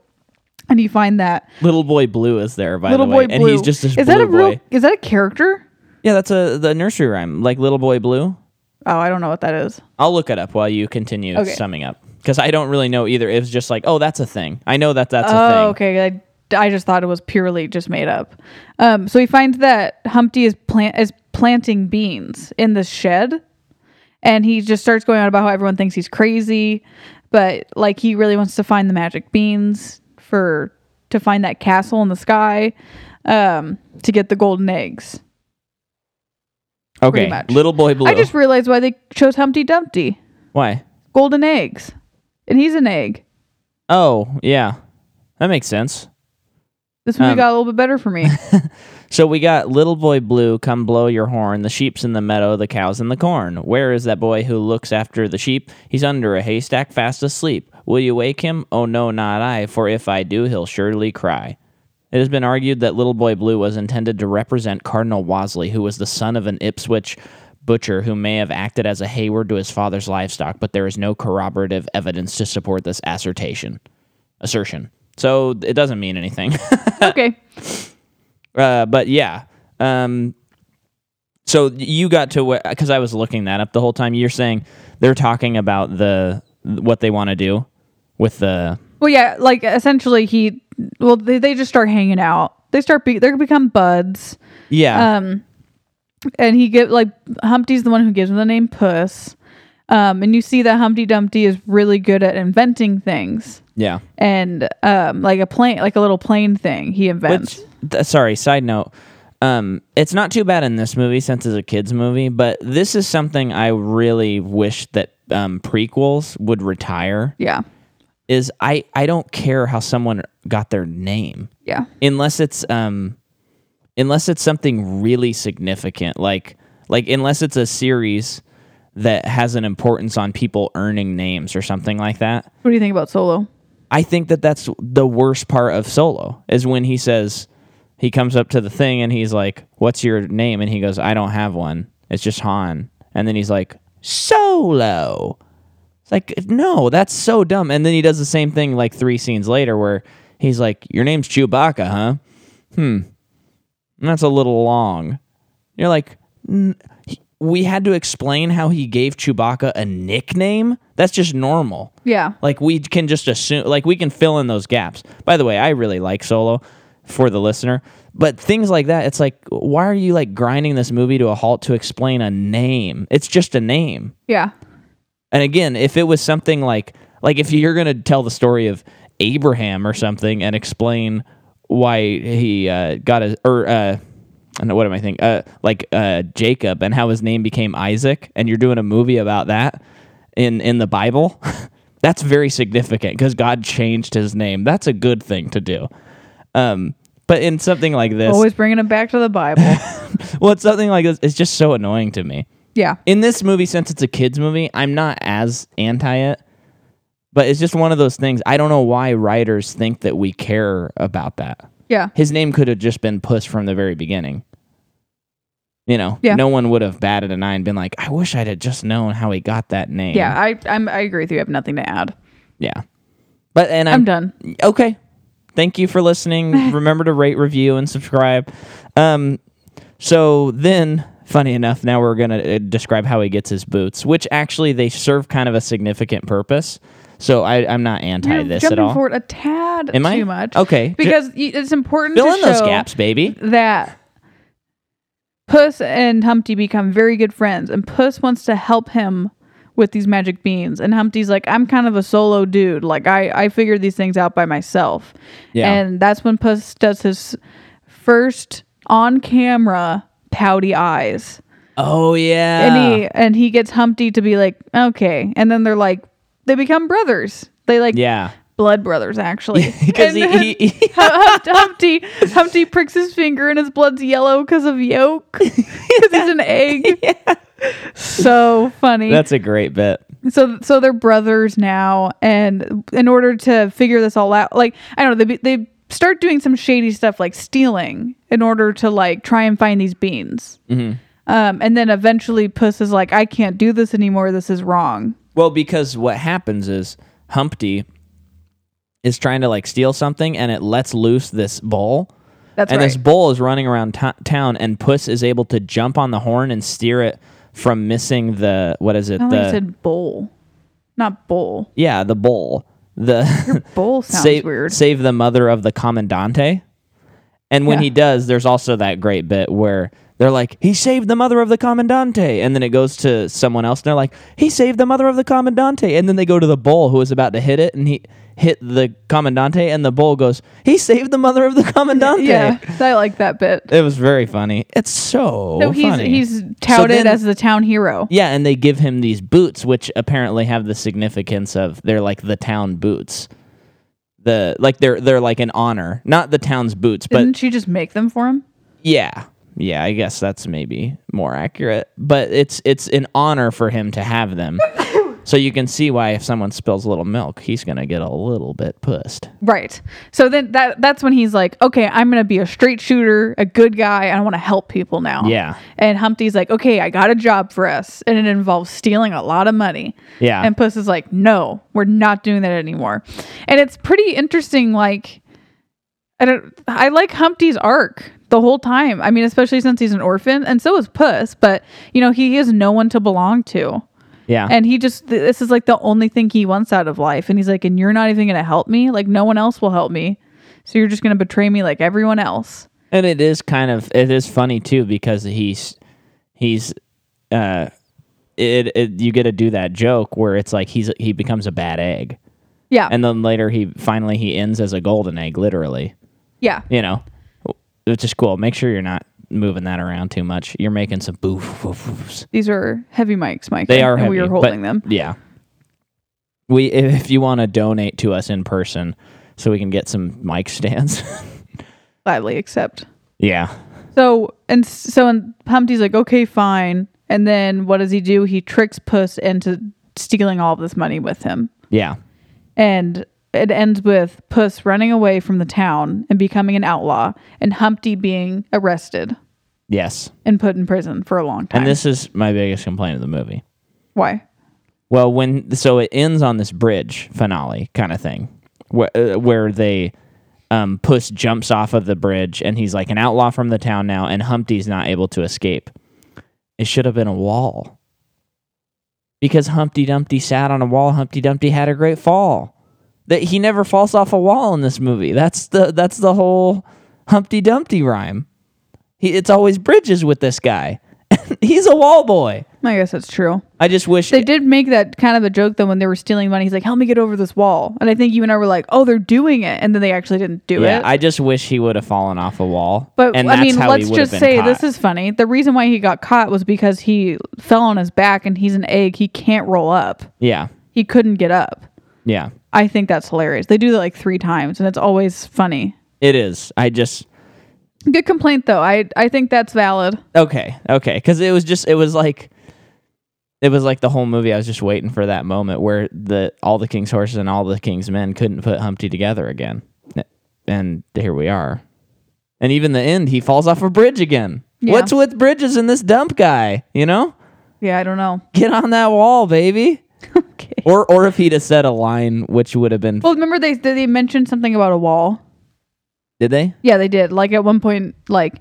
and you find that
Little Boy Blue is there, by
little
the way,
boy
and
blue
he's just this
is
blue
that a real
boy.
is that a character
Yeah, that's a the nursery rhyme, like Little Boy Blue.
oh i don't know what that is
I'll look it up while you continue
Okay.
summing up because I don't really know either. It was just like, oh, that's a thing. I know that that's a
oh
thing.
okay I, I just thought it was purely just made up um so he finds that humpty is plant is planting beans in this shed and he just starts going on about how everyone thinks he's crazy, but like he really wants to find the magic beans for to find that castle in the sky um, to get the golden eggs. pretty
Okay,
much.
little boy blue.
I just realized why they chose Humpty Dumpty.
Why?
Golden eggs. And he's an egg.
Oh, yeah, that makes sense.
This movie
Um,
got a little bit better for me.
So we got little boy blue, come blow your horn. The sheep's in the meadow, the cows in the corn. Where is that boy who looks after the sheep? He's under a haystack, fast asleep. Will you wake him? Oh no, not I. For if I do, he'll surely cry. It has been argued that little boy blue was intended to represent Cardinal Wolsey, who was the son of an Ipswich butcher who may have acted as a hayward to his father's livestock, but there is no corroborative evidence to support this assertion. Assertion. So it doesn't mean anything.
okay.
Uh, but yeah. Um, so you got to because I was looking that up the whole time. You're saying they're talking about the what they want to do with the
Well, yeah, like essentially he, well, they, they just start hanging out. They start, be, they become buds.
yeah
Um, and he get like Humpty's the one who gives him the name Puss. Um, and you see that Humpty Dumpty is really good at inventing things
yeah.
and um, like a plane, like a little plane thing he invents.
Which th- sorry, side note. Um, it's not too bad in this movie since it's a kids movie, but this is something I really wish that um, prequels would retire.
yeah,
Is I I don't care how someone got their name.
yeah,
unless it's um unless it's something really significant like like unless it's a series that has an importance on people earning names or something like that
What do you think about Solo?
i think that that's the worst part of solo is when he says he comes up to the thing and he's like what's your name and he goes i don't have one it's just han and then he's like solo it's like no that's so dumb and then he does the same thing like three scenes later where he's like your name's chewbacca huh Hmm. that's a little long. You're like, "N- he- we had to explain how he gave Chewbacca a nickname? That's just normal.
Yeah,
Like, we can just assume, like, we can fill in those gaps. By the way, I really like Solo for the listener, but things like that, it's like, why are you, like, grinding this movie to a halt to explain a name? It's just a name.
yeah,
And again, if it was something like like if you're going to tell the story of Abraham or something and explain why he uh, got a or uh, I don't know what am I thinking uh, like uh, Jacob and how his name became Isaac, and you're doing a movie about that in in the Bible. That's very significant because God changed his name. That's a good thing to do. Um, but in something like this,
always bringing him back to the Bible.
well, it's something like this. It's just so annoying to me
yeah,
in this movie since it's a kids movie i'm not as anti it but it's just one of those things i don't know why writers think that we care about that
yeah,
his name could have just been puss from the very beginning you know
Yeah.
no one would have batted an eye and been like i wish i'd have just known how he got that name
yeah. I I'm, I agree with you. I have nothing to add.
yeah but and
I'm
i'm,
done.
okay thank you for listening remember to rate review and subscribe um so then funny enough now we're going to describe how he gets his boots which actually they serve kind of a significant purpose so I, i'm not anti
You're
this
jumping
at all
forward a tad
Am
too
I?
much.
Okay. Ju-
because y it's important
fill
to
in those
show
gaps baby
that Puss and Humpty become very good friends, and Puss wants to help him with these magic beans. And Humpty's like, I'm kind of a solo dude. Like, I, I figured these things out by myself.
Yeah.
And that's when Puss does his first on camera pouty eyes.
oh yeah
And he and he gets Humpty to be like, okay. And then they're like, they become brothers. They like
yeah
blood brothers actually.
because
And
he,
then-
he, he
Hump- Humpty Humpty pricks his finger and his blood's yellow because of yolk because he's an egg. So funny.
that's a great bit
so so they're brothers now, and in order to figure this all out, like I don't know, they be- they start doing some shady stuff like stealing in order to like try and find these beans.
Mm-hmm.
Um, and then eventually, Puss is like, "I can't do this anymore. This is wrong."
Well, because what happens is Humpty is trying to like steal something and it lets loose this bull.
That's
and this
right.
bull is running around to town and Puss is able to jump on the horn and steer it from missing the what is it?
I think
The
he said bowl, not bowl.
Yeah, the bull. The
Bowl sounds
save,
weird.
save the mother of the commandante. And when
Yeah.
he does, there's also that great bit where they're like, he saved the mother of the commandante. And then it goes to someone else and they're like, he saved the mother of the commandante. And then they go to the bull who was about to hit it and he hit the commandante and the bull goes, he saved the mother of the commandante.
Yeah, I like that bit.
It was very funny. It's so,
So he's
funny.
he's touted
then-
as the town hero.
Yeah, and they give him these boots, which apparently have the significance of they're like the town boots. The like they're they're like an honor, not the town's boots, but
Didn't you just make them for him?
yeah, yeah. I guess that's maybe more accurate, but it's it's an honor for him to have them. so you can see why if someone spills a little milk, he's gonna get a little bit pussed.
Right. So then that that's when he's like, okay, I'm gonna be a straight shooter, a good guy. and I want to help people now.
Yeah.
And Humpty's like, okay, I got a job for us, and it involves stealing a lot of money.
Yeah.
And Puss is like, no, we're not doing that anymore. And it's pretty interesting. Like, I don't, I like Humpty's arc the whole time. I mean, especially since he's an orphan, and so is Puss. But you know, he has no one to belong to
Yeah,
and he just th- this is like the only thing he wants out of life and he's like and you're not even gonna help me like no one else will help me so you're just gonna betray me like everyone else
and it is kind of it is funny too because he's he's uh it, it you get to do that joke where it's like he's he becomes a bad egg
yeah
and then later he finally he ends as a golden egg literally
yeah
you know which is cool make sure you're not moving that around too much you're making some boof, woof, woofs.
these are heavy mics mike
they are
and
heavy,
we are
but-
holding them
yeah we if you want to donate to us in person so we can get some mic stands
gladly accept
yeah
so and s- so and humpty's like okay fine and then what does he do he tricks puss into stealing all of this money with him
yeah
and it ends with puss running away from the town and becoming an outlaw and humpty being arrested
yes
and put in prison for a long time
and this is my biggest complaint of the movie
why
Well, when so it ends on this bridge finale kind of thing, where uh, where they um, Puss jumps off of the bridge and he's like an outlaw from the town now, and Humpty's not able to escape. It should have been a wall because Humpty Dumpty sat on a wall. Humpty Dumpty had a great fall. That he never falls off a wall in this movie. That's the that's the whole Humpty Dumpty rhyme. He, it's always bridges with this guy. he's a wall boy.
I guess that's true.
I just wish
They did make that kind of a joke though when they were stealing money. He's like, "Help me get over this wall," and I think you and I were like, "Oh, they're doing it," and then they actually didn't do
Yeah,
it.
I just wish he would have fallen off a wall.
but
and
I
that's
mean,
how
let's
he would have
just
been
say
caught.
this is funny. The reason why he got caught was because he fell on his back and he's an egg. He can't roll up.
yeah,
He couldn't get up.
yeah,
I think that's hilarious. They do that like three times, and it's always funny.
it is. I just
Good complaint though. I I think that's valid.
okay, okay, because it was just it was like it was like the whole movie. I was just waiting for that moment where the all the king's horses and all the king's men couldn't put Humpty together again, and here we are. And even the end, he falls off a bridge again.
Yeah.
What's with bridges and this dump guy? You know,
Yeah, I don't know.
get on that wall, baby.
okay.
Or or if he'd have said a line, which would have been
Well, remember they they mentioned something about a wall.
did they?
Yeah, they did. Like at one point, like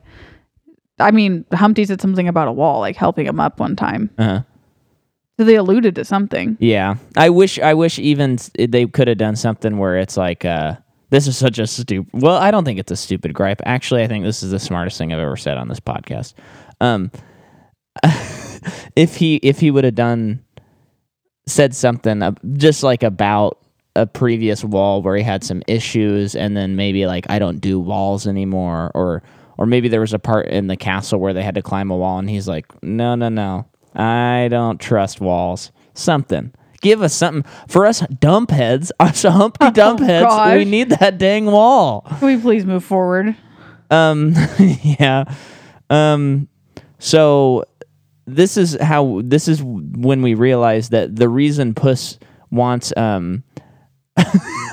I mean, Humpty said something about a wall, like helping him up one time.
Uh huh.
So they alluded to something.
Yeah, I wish I wish even s- they could have done something where it's like uh, this is such a stupid. Well, I don't think it's a stupid gripe. Actually, I think this is the smartest thing I've ever said on this podcast. Um, if he if he would have done said something ab- just like about a previous wall where he had some issues and then maybe like I don't do walls anymore or or maybe there was a part in the castle where they had to climb a wall and he's like no no no I don't trust walls something give us something for us dump heads us humpy dump heads
gosh.
we need that dang wall
Can we please move forward?
um, yeah. Um, so this is how this is when we realize that the reason Puss wants um,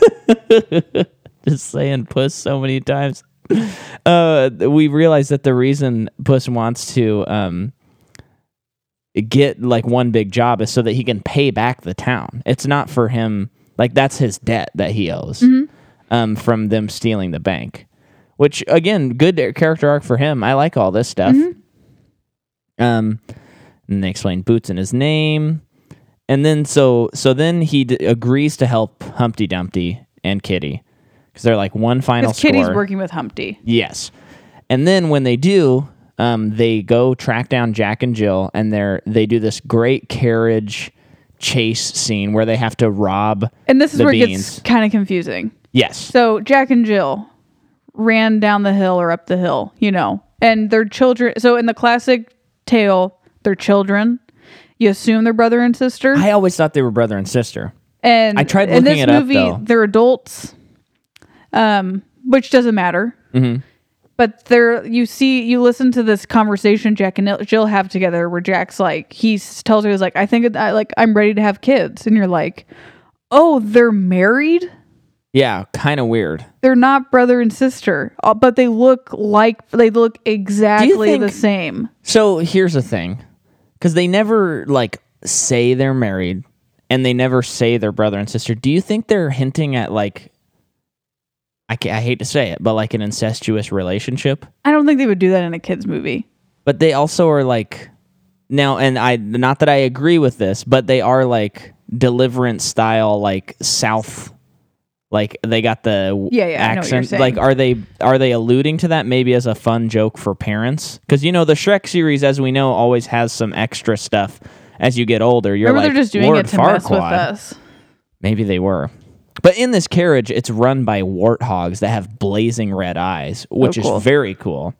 just saying Puss so many times. Uh, we realize that the reason Puss wants to um get like one big job is so that he can pay back the town. It's not for him like that's his debt that he owes um, from them stealing the bank. Which again, good character arc for him. I like all this stuff. Um, and they explain Boots and his name, and then so so then he d- agrees to help Humpty Dumpty and Kitty because they're like one final
Because Kitty's
score.
working with Humpty.
Yes. And then when they do, um, they go track down Jack and Jill, and they're they do this great carriage chase scene where they have to rob.
And this is
The
where it
beans.
gets kind of confusing.
Yes,
So Jack and Jill ran down the hill or up the hill, you know, and their children. So in the classic tale, they're children. You assume they're brother and sister.
I always thought they were brother and sister.
and
I tried
in this
looking it up,
movie,
though.
they're adults, um, which doesn't matter.
Mm-hmm.
But there, you see, you listen to this conversation Jack and Jill have together, where Jack's like, he s- tells her, he's like, I think, I, like, I'm ready to have kids, and you're like, oh, they're married.
Yeah, kind of weird.
They're not brother and sister, uh, but they look like they look exactly
think-
the same.
So here's the thing, because they never like say they're married, and they never say they're brother and sister. Do you think they're hinting at like? I, ca- I hate to say it, but like an incestuous relationship.
I don't think they would do that in a kids movie.
but they also are like now and i not that i agree with this but they are like deliverance style like south like they got the
Yeah, yeah, I know what you're
accent
saying.
like are they are they alluding to that maybe as a fun joke for parents because you know the shrek series as we know always has some extra stuff as you get older you're
Remember,
like
they're just doing
Lord
it to mess with
Farquaad."
us.
Maybe they were. But in this carriage, it's run by warthogs that have blazing red eyes, which
Oh, cool.
is very cool.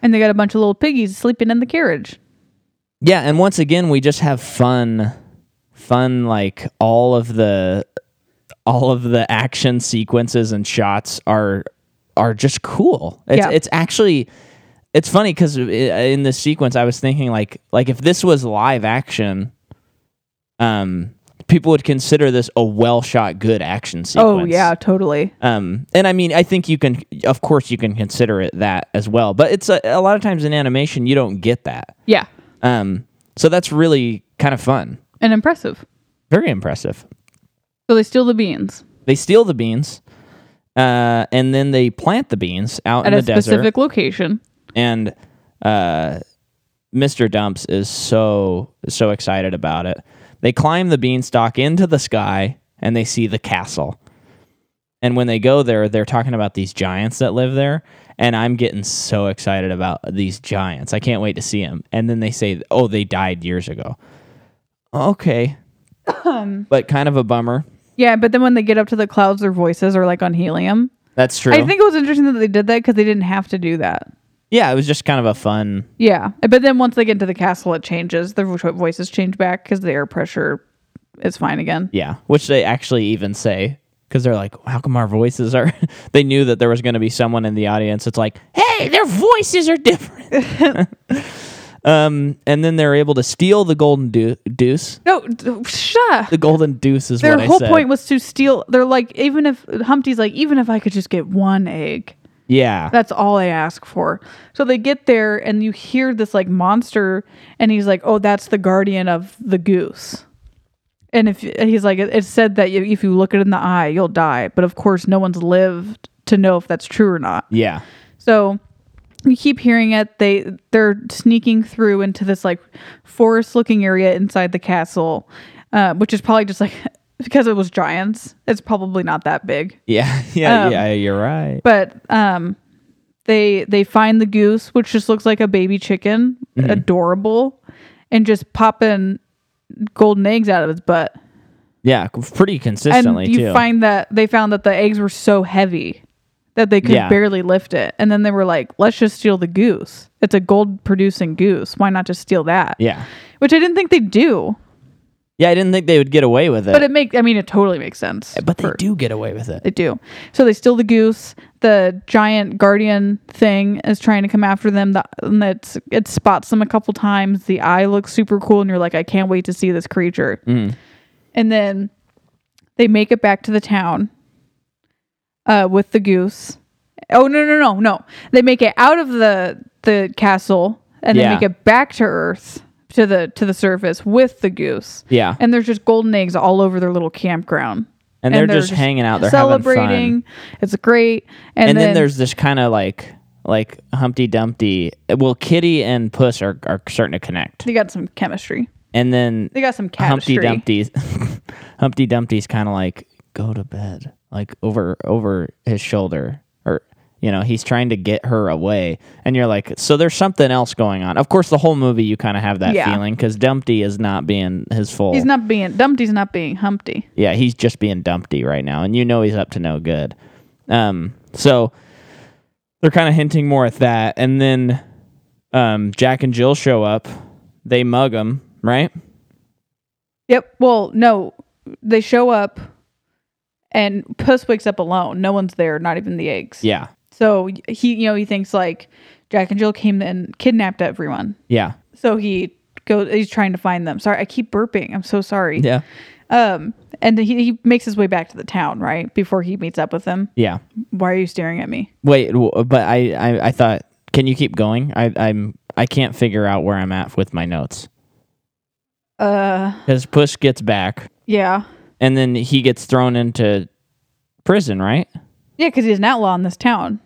And they got a bunch of little piggies sleeping in the carriage.
Yeah, and once again, we just have fun, fun like all of the, all of the action sequences and shots are are just cool. It's
Yeah.
it's actually it's funny because in this sequence, I was thinking like like if this was live action, um, people would consider this a well shot good action sequence.
Oh yeah, totally.
Um, and I mean, I think you can, of course, you can consider it that as well. But it's a, a lot of times in animation, you don't get that.
Yeah,
Um, so that's really kind of fun.
and impressive.
Very impressive.
So they steal the beans
They steal the beans, uh, and then they plant the beans out
at
in
a
the desert.
specific location.
And uh, Mr. Dumps is so so excited about it. They climb the beanstalk into the sky, and they see the castle. And when they go there, they're talking about these giants that live there. And I'm getting so excited about these giants. I can't wait to see them. And then they say, oh, they died years ago. Okay.
Um.
but kind of a bummer.
Yeah, but then when they get up to the clouds, their voices are like on helium.
That's true.
I think it was interesting that they did that because they didn't have to do that.
yeah, it was just kind of a fun.
Yeah, but then once they get into the castle, it changes. Their vo- voices change back because the air pressure is fine again.
Yeah, which they actually even say because they're like, how come our voices are? they knew that there was going to be someone in the audience. It's like, hey, their voices are different. um, and then they're able to steal the golden deu- deuce.
No, d- shut.
The golden deuce is
Their
what
whole
I said.
point was to steal. They're like, even if Humpty's like, even if I could just get one egg,
yeah,
That's all I ask for. So they get there and you hear this like monster and he's like, "Oh, that's the guardian of the goose." And if and he's like, it, it said that you- if you look it in the eye, you'll die. But of course, no one's lived to know if that's true or not.
yeah,
So you keep hearing it. They they're sneaking through into this like forest looking area inside the castle, uh, which is probably just like because it was giants. It's probably not that big
yeah, yeah,
Um,
yeah. You're right.
but um they they find the goose which just looks like a baby chicken
Mm-hmm.
adorable and just popping golden eggs out of its butt
Yeah, c- pretty
and
consistently
you
too.
find that they found that the eggs were so heavy that they could
Yeah.
barely lift it and then they were like let's just steal the goose it's a gold producing goose why not just steal that
yeah,
which i didn't think they'd do
yeah. I didn't think they would get away with it,
but it make i mean it totally makes sense
but they
for-
do get away with it.
They do. So they steal the goose. The giant guardian thing is trying to come after them. The, and it's, it spots them a couple times. The eye looks super cool, and you're like, I can't wait to see this creature.
Mm-hmm.
And then they make it back to the town uh, with the goose. Oh no no no no! They make it out of the the castle and
Yeah.
they make it back to Earth to the to the surface with the goose.
Yeah.
and there's just golden eggs all over their little campground.
And they're just hanging out. They're having fun.
celebrating. It's great. And,
and then, there's this kind of like like Humpty Dumpty. Well, Kitty and Puss are, are starting to connect,
they got some chemistry.
and then
They got some chemistry.
Humpty Dumpty's Humpty Dumpty's kind of like go to bed, like over over his shoulder, or You know, he's trying to get her away, and you're like, so there's something else going on. Of course, the whole movie you kind of have that
Yeah.
feeling because Dumpty is not being his full.
He's not being Dumpty's not being Humpty.
Yeah, he's just being Dumpty right now, and you know he's up to no good. Um, so they're kind of hinting more at that, and then um, Jack and Jill show up. They mug him, right?
Yep. Well, no, they show up, and Puss wakes up alone. No one's there, not even the eggs.
Yeah,
So he, you know, he thinks like Jack and Jill came and kidnapped everyone.
yeah,
So he goes. He's trying to find them. Sorry, I keep burping. I'm so sorry.
yeah,
Um, and he, he makes his way back to the town right before he meets up with them.
yeah.
Why are you staring at me?
Wait, w- but I, I, I thought, can you keep going? I, I'm, I can't figure out where I'm at with my notes
Uh,
because Push gets back,
yeah,
and then he gets thrown into prison, right?
yeah, because he's an outlaw in this town.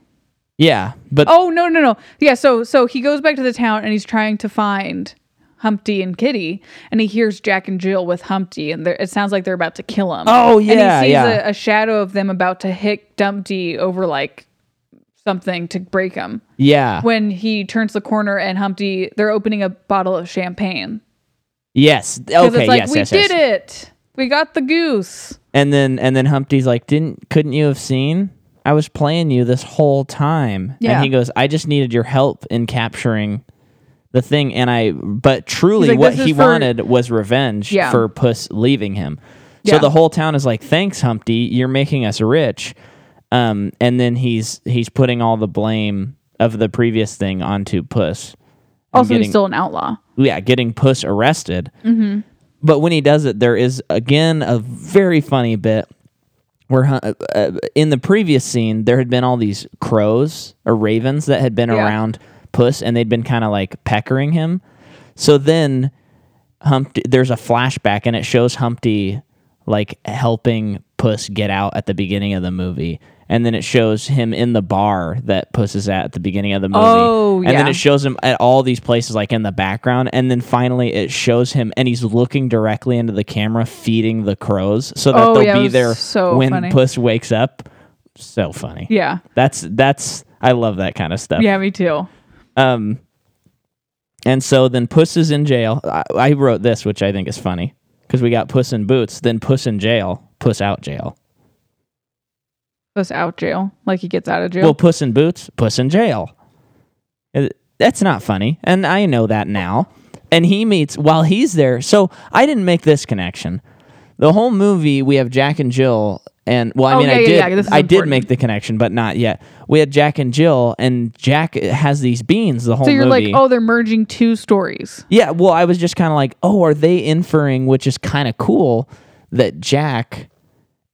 Yeah, but
Oh no no no yeah so so he goes back to the town and he's trying to find Humpty and Kitty and he hears Jack and Jill with Humpty and they're- it sounds like they're about to kill him.
Oh, yeah,
and he sees
yeah.
A, a shadow of them about to hit Dumpty over like something to break him.
yeah,
When he turns the corner and Humpty, they're opening a bottle of champagne
yes,
because
okay,
it's like
yes,
we
yes, yes.
did it, we got the goose.
And then and then Humpty's like, "Didn't couldn't you have seen? I was playing you this whole time."
Yeah.
And he goes, "I just needed your help in capturing the thing." And I but truly
He's like,
what
"This is
he
for-"
wanted was revenge
Yeah.
for Puss leaving him.
Yeah.
So the whole town is like, "Thanks Humpty, you're making us rich." Um and then he's he's putting all the blame of the previous thing onto Puss. and
Also,
getting-
he's still an outlaw.
yeah, getting Puss arrested. Mm-hmm. But when he does it, there is again a very funny bit where Hun- uh, uh, in the previous scene there had been all these crows or ravens that had been
Yeah.
around Puss and they'd been kind of like peckering him. So then Humpty, there's a flashback and it shows Humpty like helping Puss get out at the beginning of the movie. And then it shows him in the bar that Puss is at at the beginning of the movie.
Oh,
And then
yeah.
it shows him at all these places, like in the background. And then finally it shows him and he's looking directly into the camera, feeding the crows so that
Oh,
they'll
yeah, it
be
was
there
so
when
funny.
Puss wakes up. So funny.
Yeah,
That's, that's, I love that kind of stuff.
yeah, me too.
Um, and so then Puss is in jail. I, I wrote this, which I think is funny because we got Puss in Boots, then Puss in jail, Puss out jail.
Goes out jail, like he gets out of jail.
Well, Puss in Boots, Puss in jail. It- That's not funny, and I know that now. And he meets while he's there. So I didn't make this connection. The whole movie we have Jack and Jill, and well, I
Oh,
mean,
yeah,
I
yeah,
did,
yeah, this is
I did
important.
make the connection, but not yet. We had Jack and Jill, and Jack has these beans the whole.
so you're
movie.
like, oh, they're merging two stories.
Yeah, well, I was just kind of like, oh, are they inferring, which is kind of cool, that Jack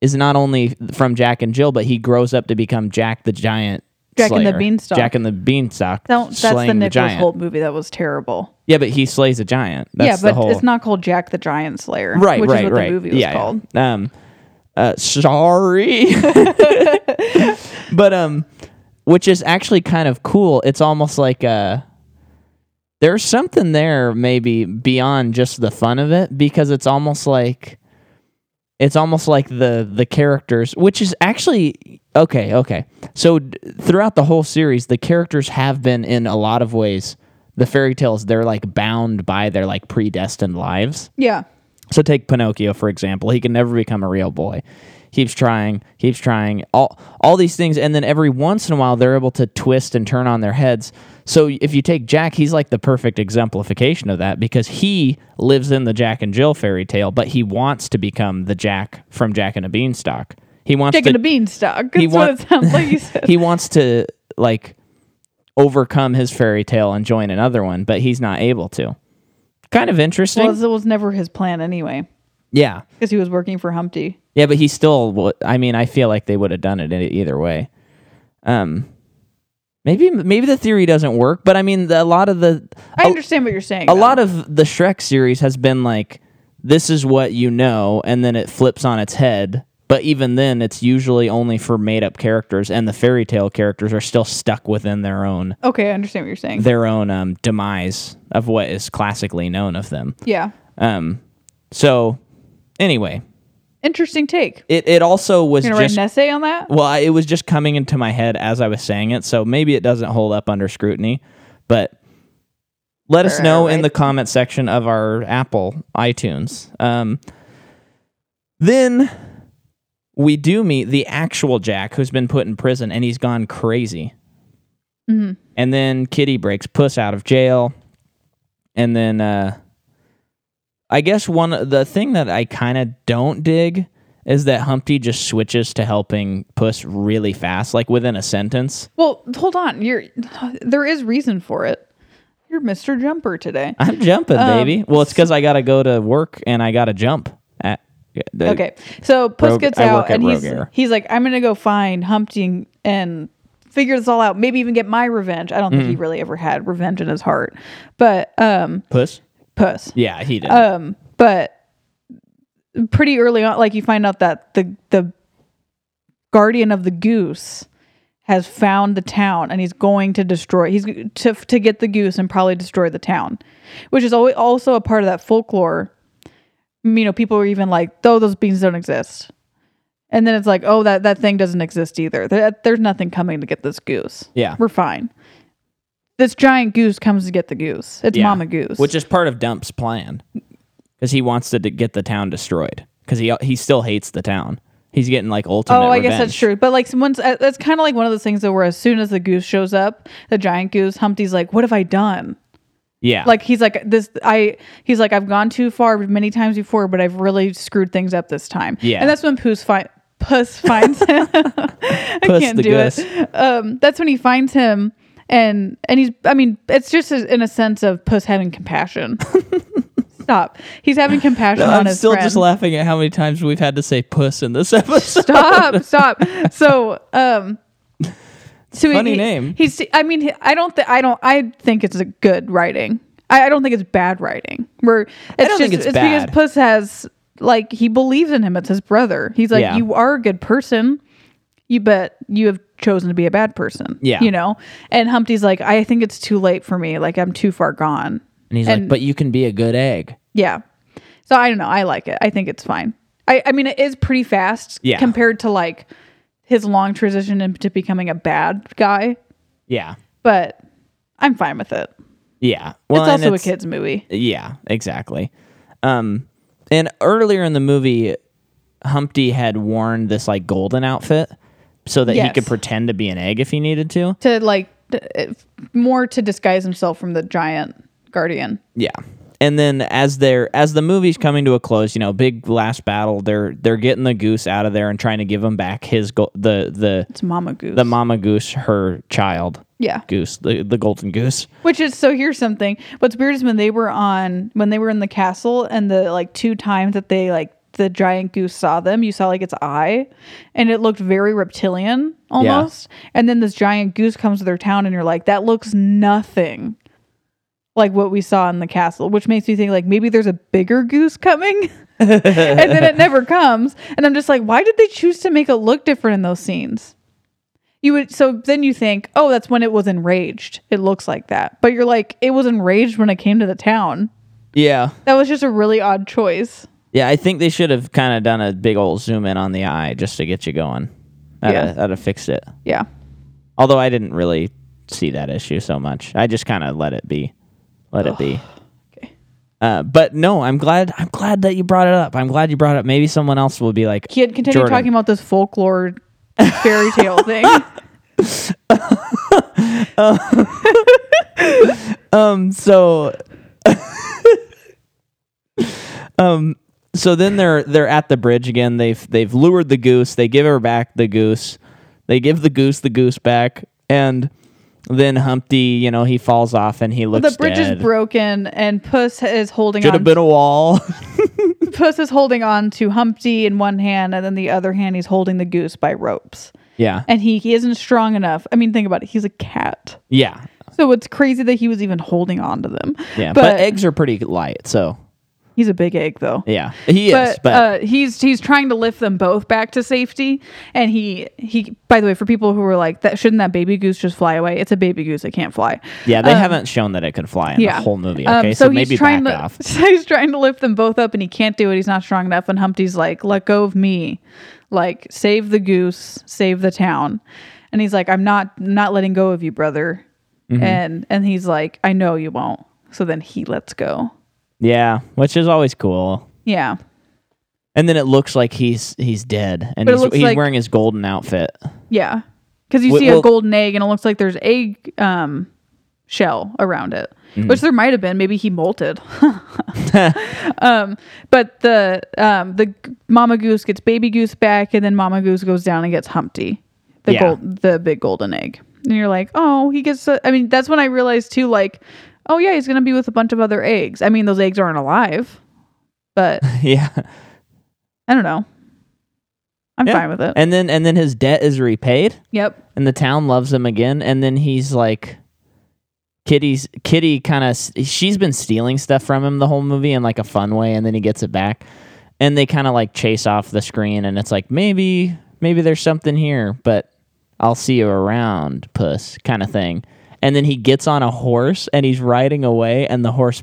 is not only from Jack and Jill, but he grows up to become Jack the Giant.
Jack and the
Slayer.
Beanstalk.
Jack and the Beanstalk.
Don't, that's
slaying
the Nicholas
giant.
Holt movie that was terrible.
Yeah, but he slays a giant. That's
yeah, but
the whole.
it's not called Jack the Giant Slayer,
right,
Which
right,
is what
right.
the movie was
yeah, yeah.
called.
Um, uh, sorry, but um, which is actually kind of cool. It's almost like uh there's something there maybe beyond just the fun of it because it's almost like it's almost like the the characters which is actually okay okay so d- throughout the whole series the characters have been in a lot of ways the fairy tales they're like bound by their like predestined lives
Yeah,
so take Pinocchio for example. He can never become a real boy. Keeps trying, keeps trying. All all these things, and then every once in a while they're able to twist and turn on their heads. So if you take Jack, he's like the perfect exemplification of that because he lives in the Jack and Jill fairy tale, but he wants to become the Jack from Jack and a Beanstalk. He wants
Jack
to
and the Beanstalk. That's
wa-
what it sounds like you said.
he wants to like overcome his fairy tale and join another one, but he's not able to. Kind of interesting.
well, it was never his plan anyway,
yeah.
because he was working for Humpty.
Yeah, but he still. wa- I mean, I feel like they would have done it e- either way. Um, maybe maybe the theory doesn't work, but I mean, the, a lot of the
I understand what you're saying.
a lot of the Shrek series has been like, this is what you know, and then it flips on its head. But even then, it's usually only for made up characters, and the fairy tale characters are still stuck within their own
Okay, I understand what you're saying.
their own um, demise of what is classically known of them.
yeah.
Um, so Um, anyway,
Interesting take.
It it also was
You're gonna write
just
an essay on that?
well, I, it was just coming into my head as I was saying it, so maybe it doesn't hold up under scrutiny. But let us
Sure,
know in
right.
the comment section of our Apple iTunes. Um, then we do meet the actual Jack, who's been put in prison and he's gone crazy.
Mhm.
And then Kitty breaks Puss out of jail, and then uh, I guess one the thing that I kind of don't dig is that Humpty just switches to helping Puss really fast, like within a sentence.
Well, hold on. You're there is reason for it. You're Mr. Jumper today.
I'm jumping,
Um,
baby. Well, it's because I gotta go to work and I gotta jump. At, the-
Okay. So Puss
Rogue-
gets
I work
out
at
and he's
Rogue Air.
he's like, I'm gonna go find Humpty and, and figure this all out. Maybe even get my revenge. I don't think
Mm-hmm.
he really ever had revenge in his heart. But um
Puss.
Puss.
Yeah, he did.
Um but pretty early on, like you find out that the the guardian of the goose has found the town and he's going to destroy he's g- to to get the goose and probably destroy the town. Which is always also a part of that folklore. You know, people are even like, though those beans don't exist. And then it's like, oh, that, that thing doesn't exist either. There, uh, there's nothing coming to get this goose.
yeah,
We're fine. This giant goose comes to get the goose. It's
Yeah.
Mama Goose.
which is part of Dump's plan, because he wants to, d get the town destroyed. Because he he still hates the town. He's getting like ultimate.
Oh, I guess that's
revenge.
true. But like once uh, that's kind of like one of those things that where as soon as the goose shows up, the giant goose, Humpty's like, "What have I done?"
Yeah,
Like he's like this I he's like I've gone too far many times before, but I've really screwed things up this time.
Yeah.
And that's when Poos fi- Puss finds him. I
Puss
can't
the
do
goose.
it. Um that's when he finds him and and he's I mean, it's just a, in a sense of Puss having compassion. Stop. He's having compassion on
I'm
his
still
friend.
just laughing at how many times we've had to say "puss" in this episode.
stop stop so um so
funny name.
he's i mean he- i don't think i don't i think it's a good writing i, I don't think it's bad writing we're it's
don't
just
think
it's,
it's
because
bad.
puss has like he believes in him it's his brother he's like
Yeah.
you are a good person you bet you have chosen to be a bad person
Yeah.
you know and humpty's like i think it's too late for me like i'm too far gone
And he's like,
And-
"But you can be a good egg."
yeah. So I don't know. I like it. I think it's fine. I, I mean, it is pretty fast
Yeah.
compared to like his long transition into becoming a bad guy,
Yeah,
but I'm fine with it.
yeah. Well,
it's
and
also a kid's movie.
Yeah, exactly. Um, and earlier in the movie, Humpty had worn this like golden outfit so that he
Yes.
could pretend to be an egg if he needed to.
To like d- it- more to disguise himself from the giant guardian.
Yeah. And then as they're as the movie's coming to a close, you know, big last battle, they're they're getting the goose out of there and trying to give him back his go- the the
It's Mama Goose.
the mama goose her child
yeah.
goose, the, the golden goose.
Which is so here's something. What's weird is when they were on when they were in the castle and the like two times that they like the giant goose saw them, you saw like its eye and it looked very reptilian almost. And then this giant goose comes to their town and you're like, that looks nothing like what we saw in the castle, which makes me think like maybe there's a bigger goose coming. and then it never comes. And I'm just like, why did they choose to make it look different in those scenes? you would so then you think oh that's when it was enraged it looks like that but you're like it was enraged when it came to the town
Yeah.
that was just a really odd choice
Yeah, I think they should have kind of done a big old zoom in on the eye just to get you going. That'd,
Yeah.
have, that'd have fixed it.
yeah
Although I didn't really see that issue so much. I just kind of let it be. Let it be.
Okay.
Uh, but no, I'm glad. I'm glad that you brought it up. I'm glad you brought it up. Maybe someone else will be like,
kid continue
Jordan.
talking about this folklore fairy tale thing
so um Um, so then they're they're at the bridge again they've they've lured the goose they give her back the goose they give the goose the goose back and then humpty you know he falls off and he looks
the bridge
dead
is broken and puss is holding
should
on
have been a wall
puss is holding on to humpty in one hand and then the other hand he's holding the goose by ropes
yeah
and he, he isn't strong enough i mean think about it he's a cat
yeah
so it's crazy that he was even holding on to them
yeah but,
but,
eggs are pretty light so
He's a big egg though.
Yeah, he
but,
is. But
uh, he's he's trying to lift them both back to safety. And he he by the way, for people who were like that, shouldn't that baby goose just fly away? It's a baby goose. It can't fly. Uh,
yeah, they haven't shown that it could fly in the whole movie.
Um,
Okay, so, maybe
he's trying
back
to,
off.
So he's trying to lift them both up, and he can't do it. He's not strong enough. And Humpty's like, "Let go of me, like save the goose, save the town." And he's like, "I'm not not letting go of you, brother."
Mm-hmm.
And and he's like, "I know you won't." So then he lets go.
Yeah, which is always cool.
Yeah,
And then it looks like he's he's dead, and
But it
he's,
looks
he's
like-
wearing his golden outfit.
yeah, because you
Wh-
see a
well-
golden egg, and it looks like there's egg um shell around it,
Mm-hmm.
which there might have been. Maybe he molted. Um, But the um, the g- Mama Goose gets Baby Goose back, and then Mama Goose goes down and gets Humpty, the
Yeah.
gold, the big golden egg. And you're like, oh, he gets. a- I mean, that's when I realized too, like, oh yeah, he's gonna be with a bunch of other eggs. I mean, those eggs aren't alive, but
yeah,
I don't know. I'm
Yeah.
fine with it.
and then and then his debt is repaid,
yep.
and the town loves him again. And then he's like, Kitty's Kitty kind of she's been stealing stuff from him the whole movie in like a fun way, and then he gets it back. And they kind of like chase off the screen, and it's like maybe maybe there's something here, but I'll see you around, puss, kind of thing. And then he gets on a horse and he's riding away, and the horse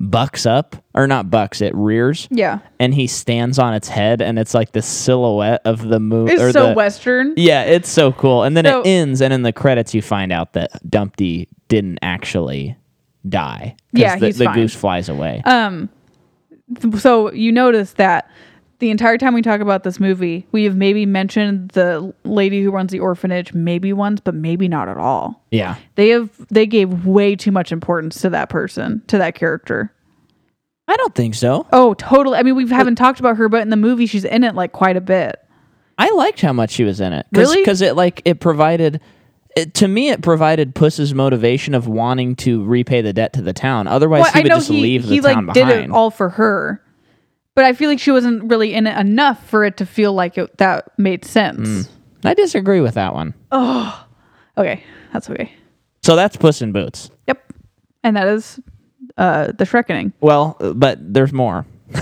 bucks up or not bucks, it rears.
Yeah.
and he stands on its head and it's like the silhouette of the moon or
It's so
the,
western.
yeah it's so cool and then
So-
it ends and in the credits you find out that dumpty didn't actually die 'Cause
Yeah,
the,
he's
the
fine. Uh,
goose flies away
so you notice that the entire time we talk about this movie, we have maybe mentioned the lady who runs the orphanage, maybe once, but maybe not at all.
yeah
They have they gave way too much importance to that person, to that character.
i don't think so
Oh, totally. I mean, we haven't talked about her, but in the movie, she's in it like quite a bit.
i liked how much she was in it Cause,
Really?
because it like it provided it, to me it provided puss's motivation of wanting to repay the debt to the town otherwise
Well,
he would just leave the
he
town
like did
behind
it all for her, but I feel like she wasn't really in it enough for it to feel like it, that made sense.
Mm. i disagree with that one
Okay, that's okay.
so that's puss in boots
Yep, and that is uh the Shrekening.
Well, but there's more.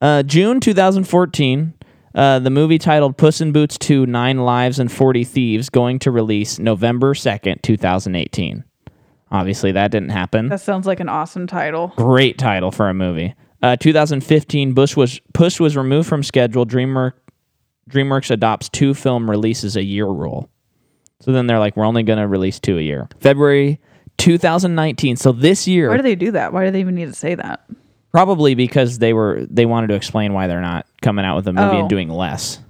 uh, June 2014, uh, the movie titled Puss in Boots 2 Nine Lives and 40 Thieves going to release November 2nd, 2018. Obviously, that didn't happen.
That sounds like an awesome title.
Great title for a movie. Uh, 2015, Bush was Puss was removed from schedule. DreamWorks, DreamWorks adopts two film releases a year rule. So then they're like, we're only going to release two a year. February 2019. So this year,
Why do they do that? Why do they even need to say that?
probably because they were they wanted to explain why they're not coming out with a movie
Oh.
and doing less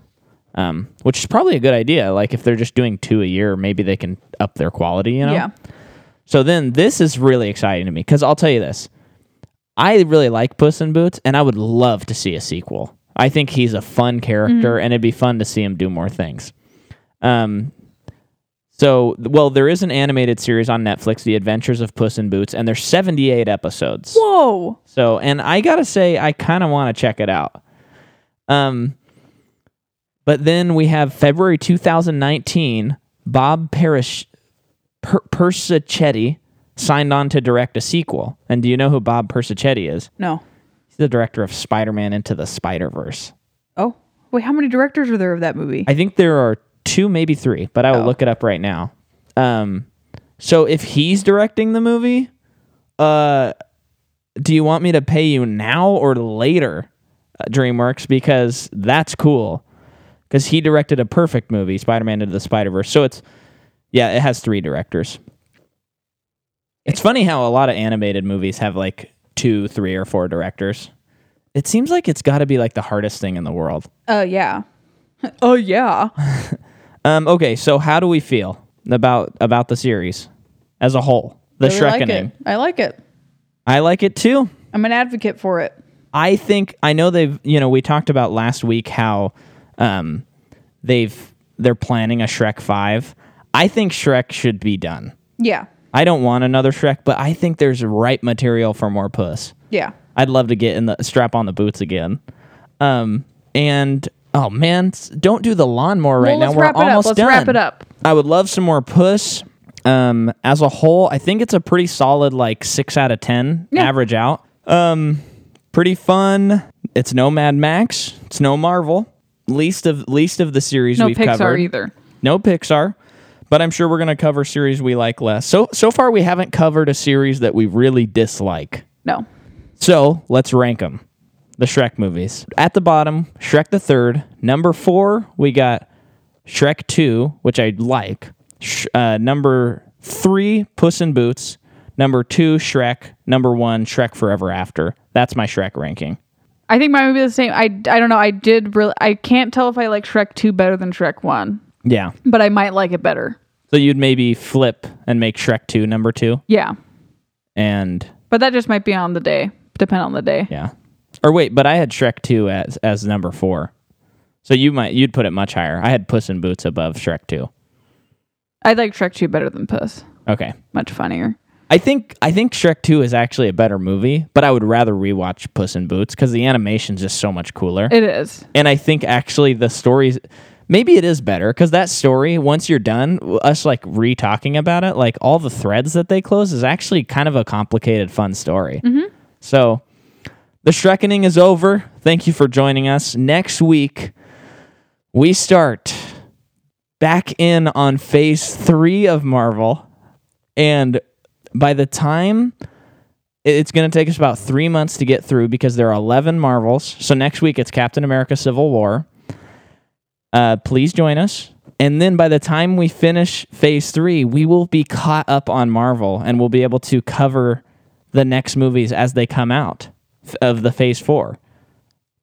um, which is probably a good idea like if they're just doing two a year maybe they can up their quality you know
Yeah.
so then this is really exciting to me because i'll tell you this i really like puss in boots and i would love to see a sequel i think he's a fun
Mm.
character and it'd be fun to see him do more things um, so well there is an animated series on netflix the adventures of puss in boots and there's 78 episodes
Whoa.
so, and I gotta say, I kind of want to check it out. Um, but then we have February 2019. Bob Parish per- Persichetti signed on to direct a sequel. And do you know who Bob Persichetti is?
No.
He's the director of Spider-Man Into the Spider-Verse.
Oh, wait, how many directors are there of that movie?
I think there are two, maybe three, but I will look it up right now. Um, so if he's directing the movie, uh, do you want me to pay you now or later, uh, DreamWorks? Because that's cool. Because he directed a perfect movie, Spider-Man into the Spider-Verse. So it's yeah, it has three directors. It's funny how a lot of animated movies have like two, three, or four directors. It seems like it's got to be like the hardest thing in the world.
Oh, yeah. oh, yeah.
Um, okay, so how do we feel about about the series as a whole? The
I
Shrekening.
like it. I like it.
I like it too.
I'm an advocate for it.
I think I know they've you know we talked about last week how um, they've they're planning a Shrek five. I think Shrek should be done.
Yeah.
I don't want another Shrek, but I think there's ripe material for more puss.
Yeah.
I'd love to get in the strap on the boots again. Um, and oh man, s- don't do the lawnmower right
well,
now.
let's
We're
wrap it up.
almost
Let's
done.
wrap it up.
I would love some more puss. Um, as a whole, I think it's a pretty solid like six out of ten
Yeah.
average out. Um, pretty fun. It's no Mad Max. It's no Marvel. Least of least of the series
No
we've
Pixar
covered.
either.
No Pixar. But I'm sure we're gonna cover series we like less. So so far we haven't covered a series that we really dislike.
No.
So let's rank them. The Shrek movies. At the bottom, Shrek the Third. Number four, we got Shrek 2, which I like. Sh- uh, number three, Puss in Boots. Number two, Shrek. Number one, Shrek Forever After. That's my Shrek ranking.
I think mine would be the same. I, I don't know. I did really. I can't tell if I like Shrek 2 better than Shrek 1,
Yeah.
but I might like it better.
So you'd maybe flip and make Shrek 2 number two.
Yeah.
And
But that just might be on the day, depend on the day.
yeah. Or wait, but I had Shrek 2 as, as number four. So you might you'd put it much higher. I had Puss in Boots above Shrek 2.
I like Shrek 2 better than Puss.
Okay.
Much funnier.
I think I think Shrek Two is actually a better movie, but I would rather rewatch Puss in Boots because the animation's just so much cooler.
It is.
and I think actually the story, maybe it is better because that story once you're done, w- us like re talking about it, like all the threads that they close is actually kind of a complicated, fun story. So the Shrekening is over. Thank you for joining us. Next week we start back in on phase three of Marvel. And by the time it- it's going to take us about three months to get through because there are 11 Marvels. So next week it's Captain America Civil War. Uh, please join us. And then by the time we finish phase three, we will be caught up on Marvel and we'll be able to cover the next movies as they come out f- of the phase four.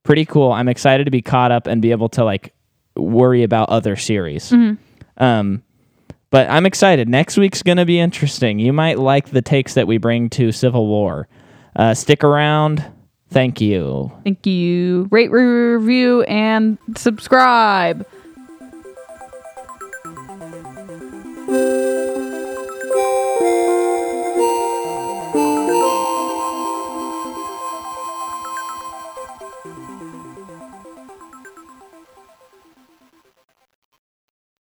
Pretty cool. I'm excited to be caught up and be able to like worry about other series. Um, but I'm excited. Next week's going to be interesting. You might like the takes that we bring to Civil War. Uh, stick around. Thank you.
Thank you. Rate, re- review, and subscribe.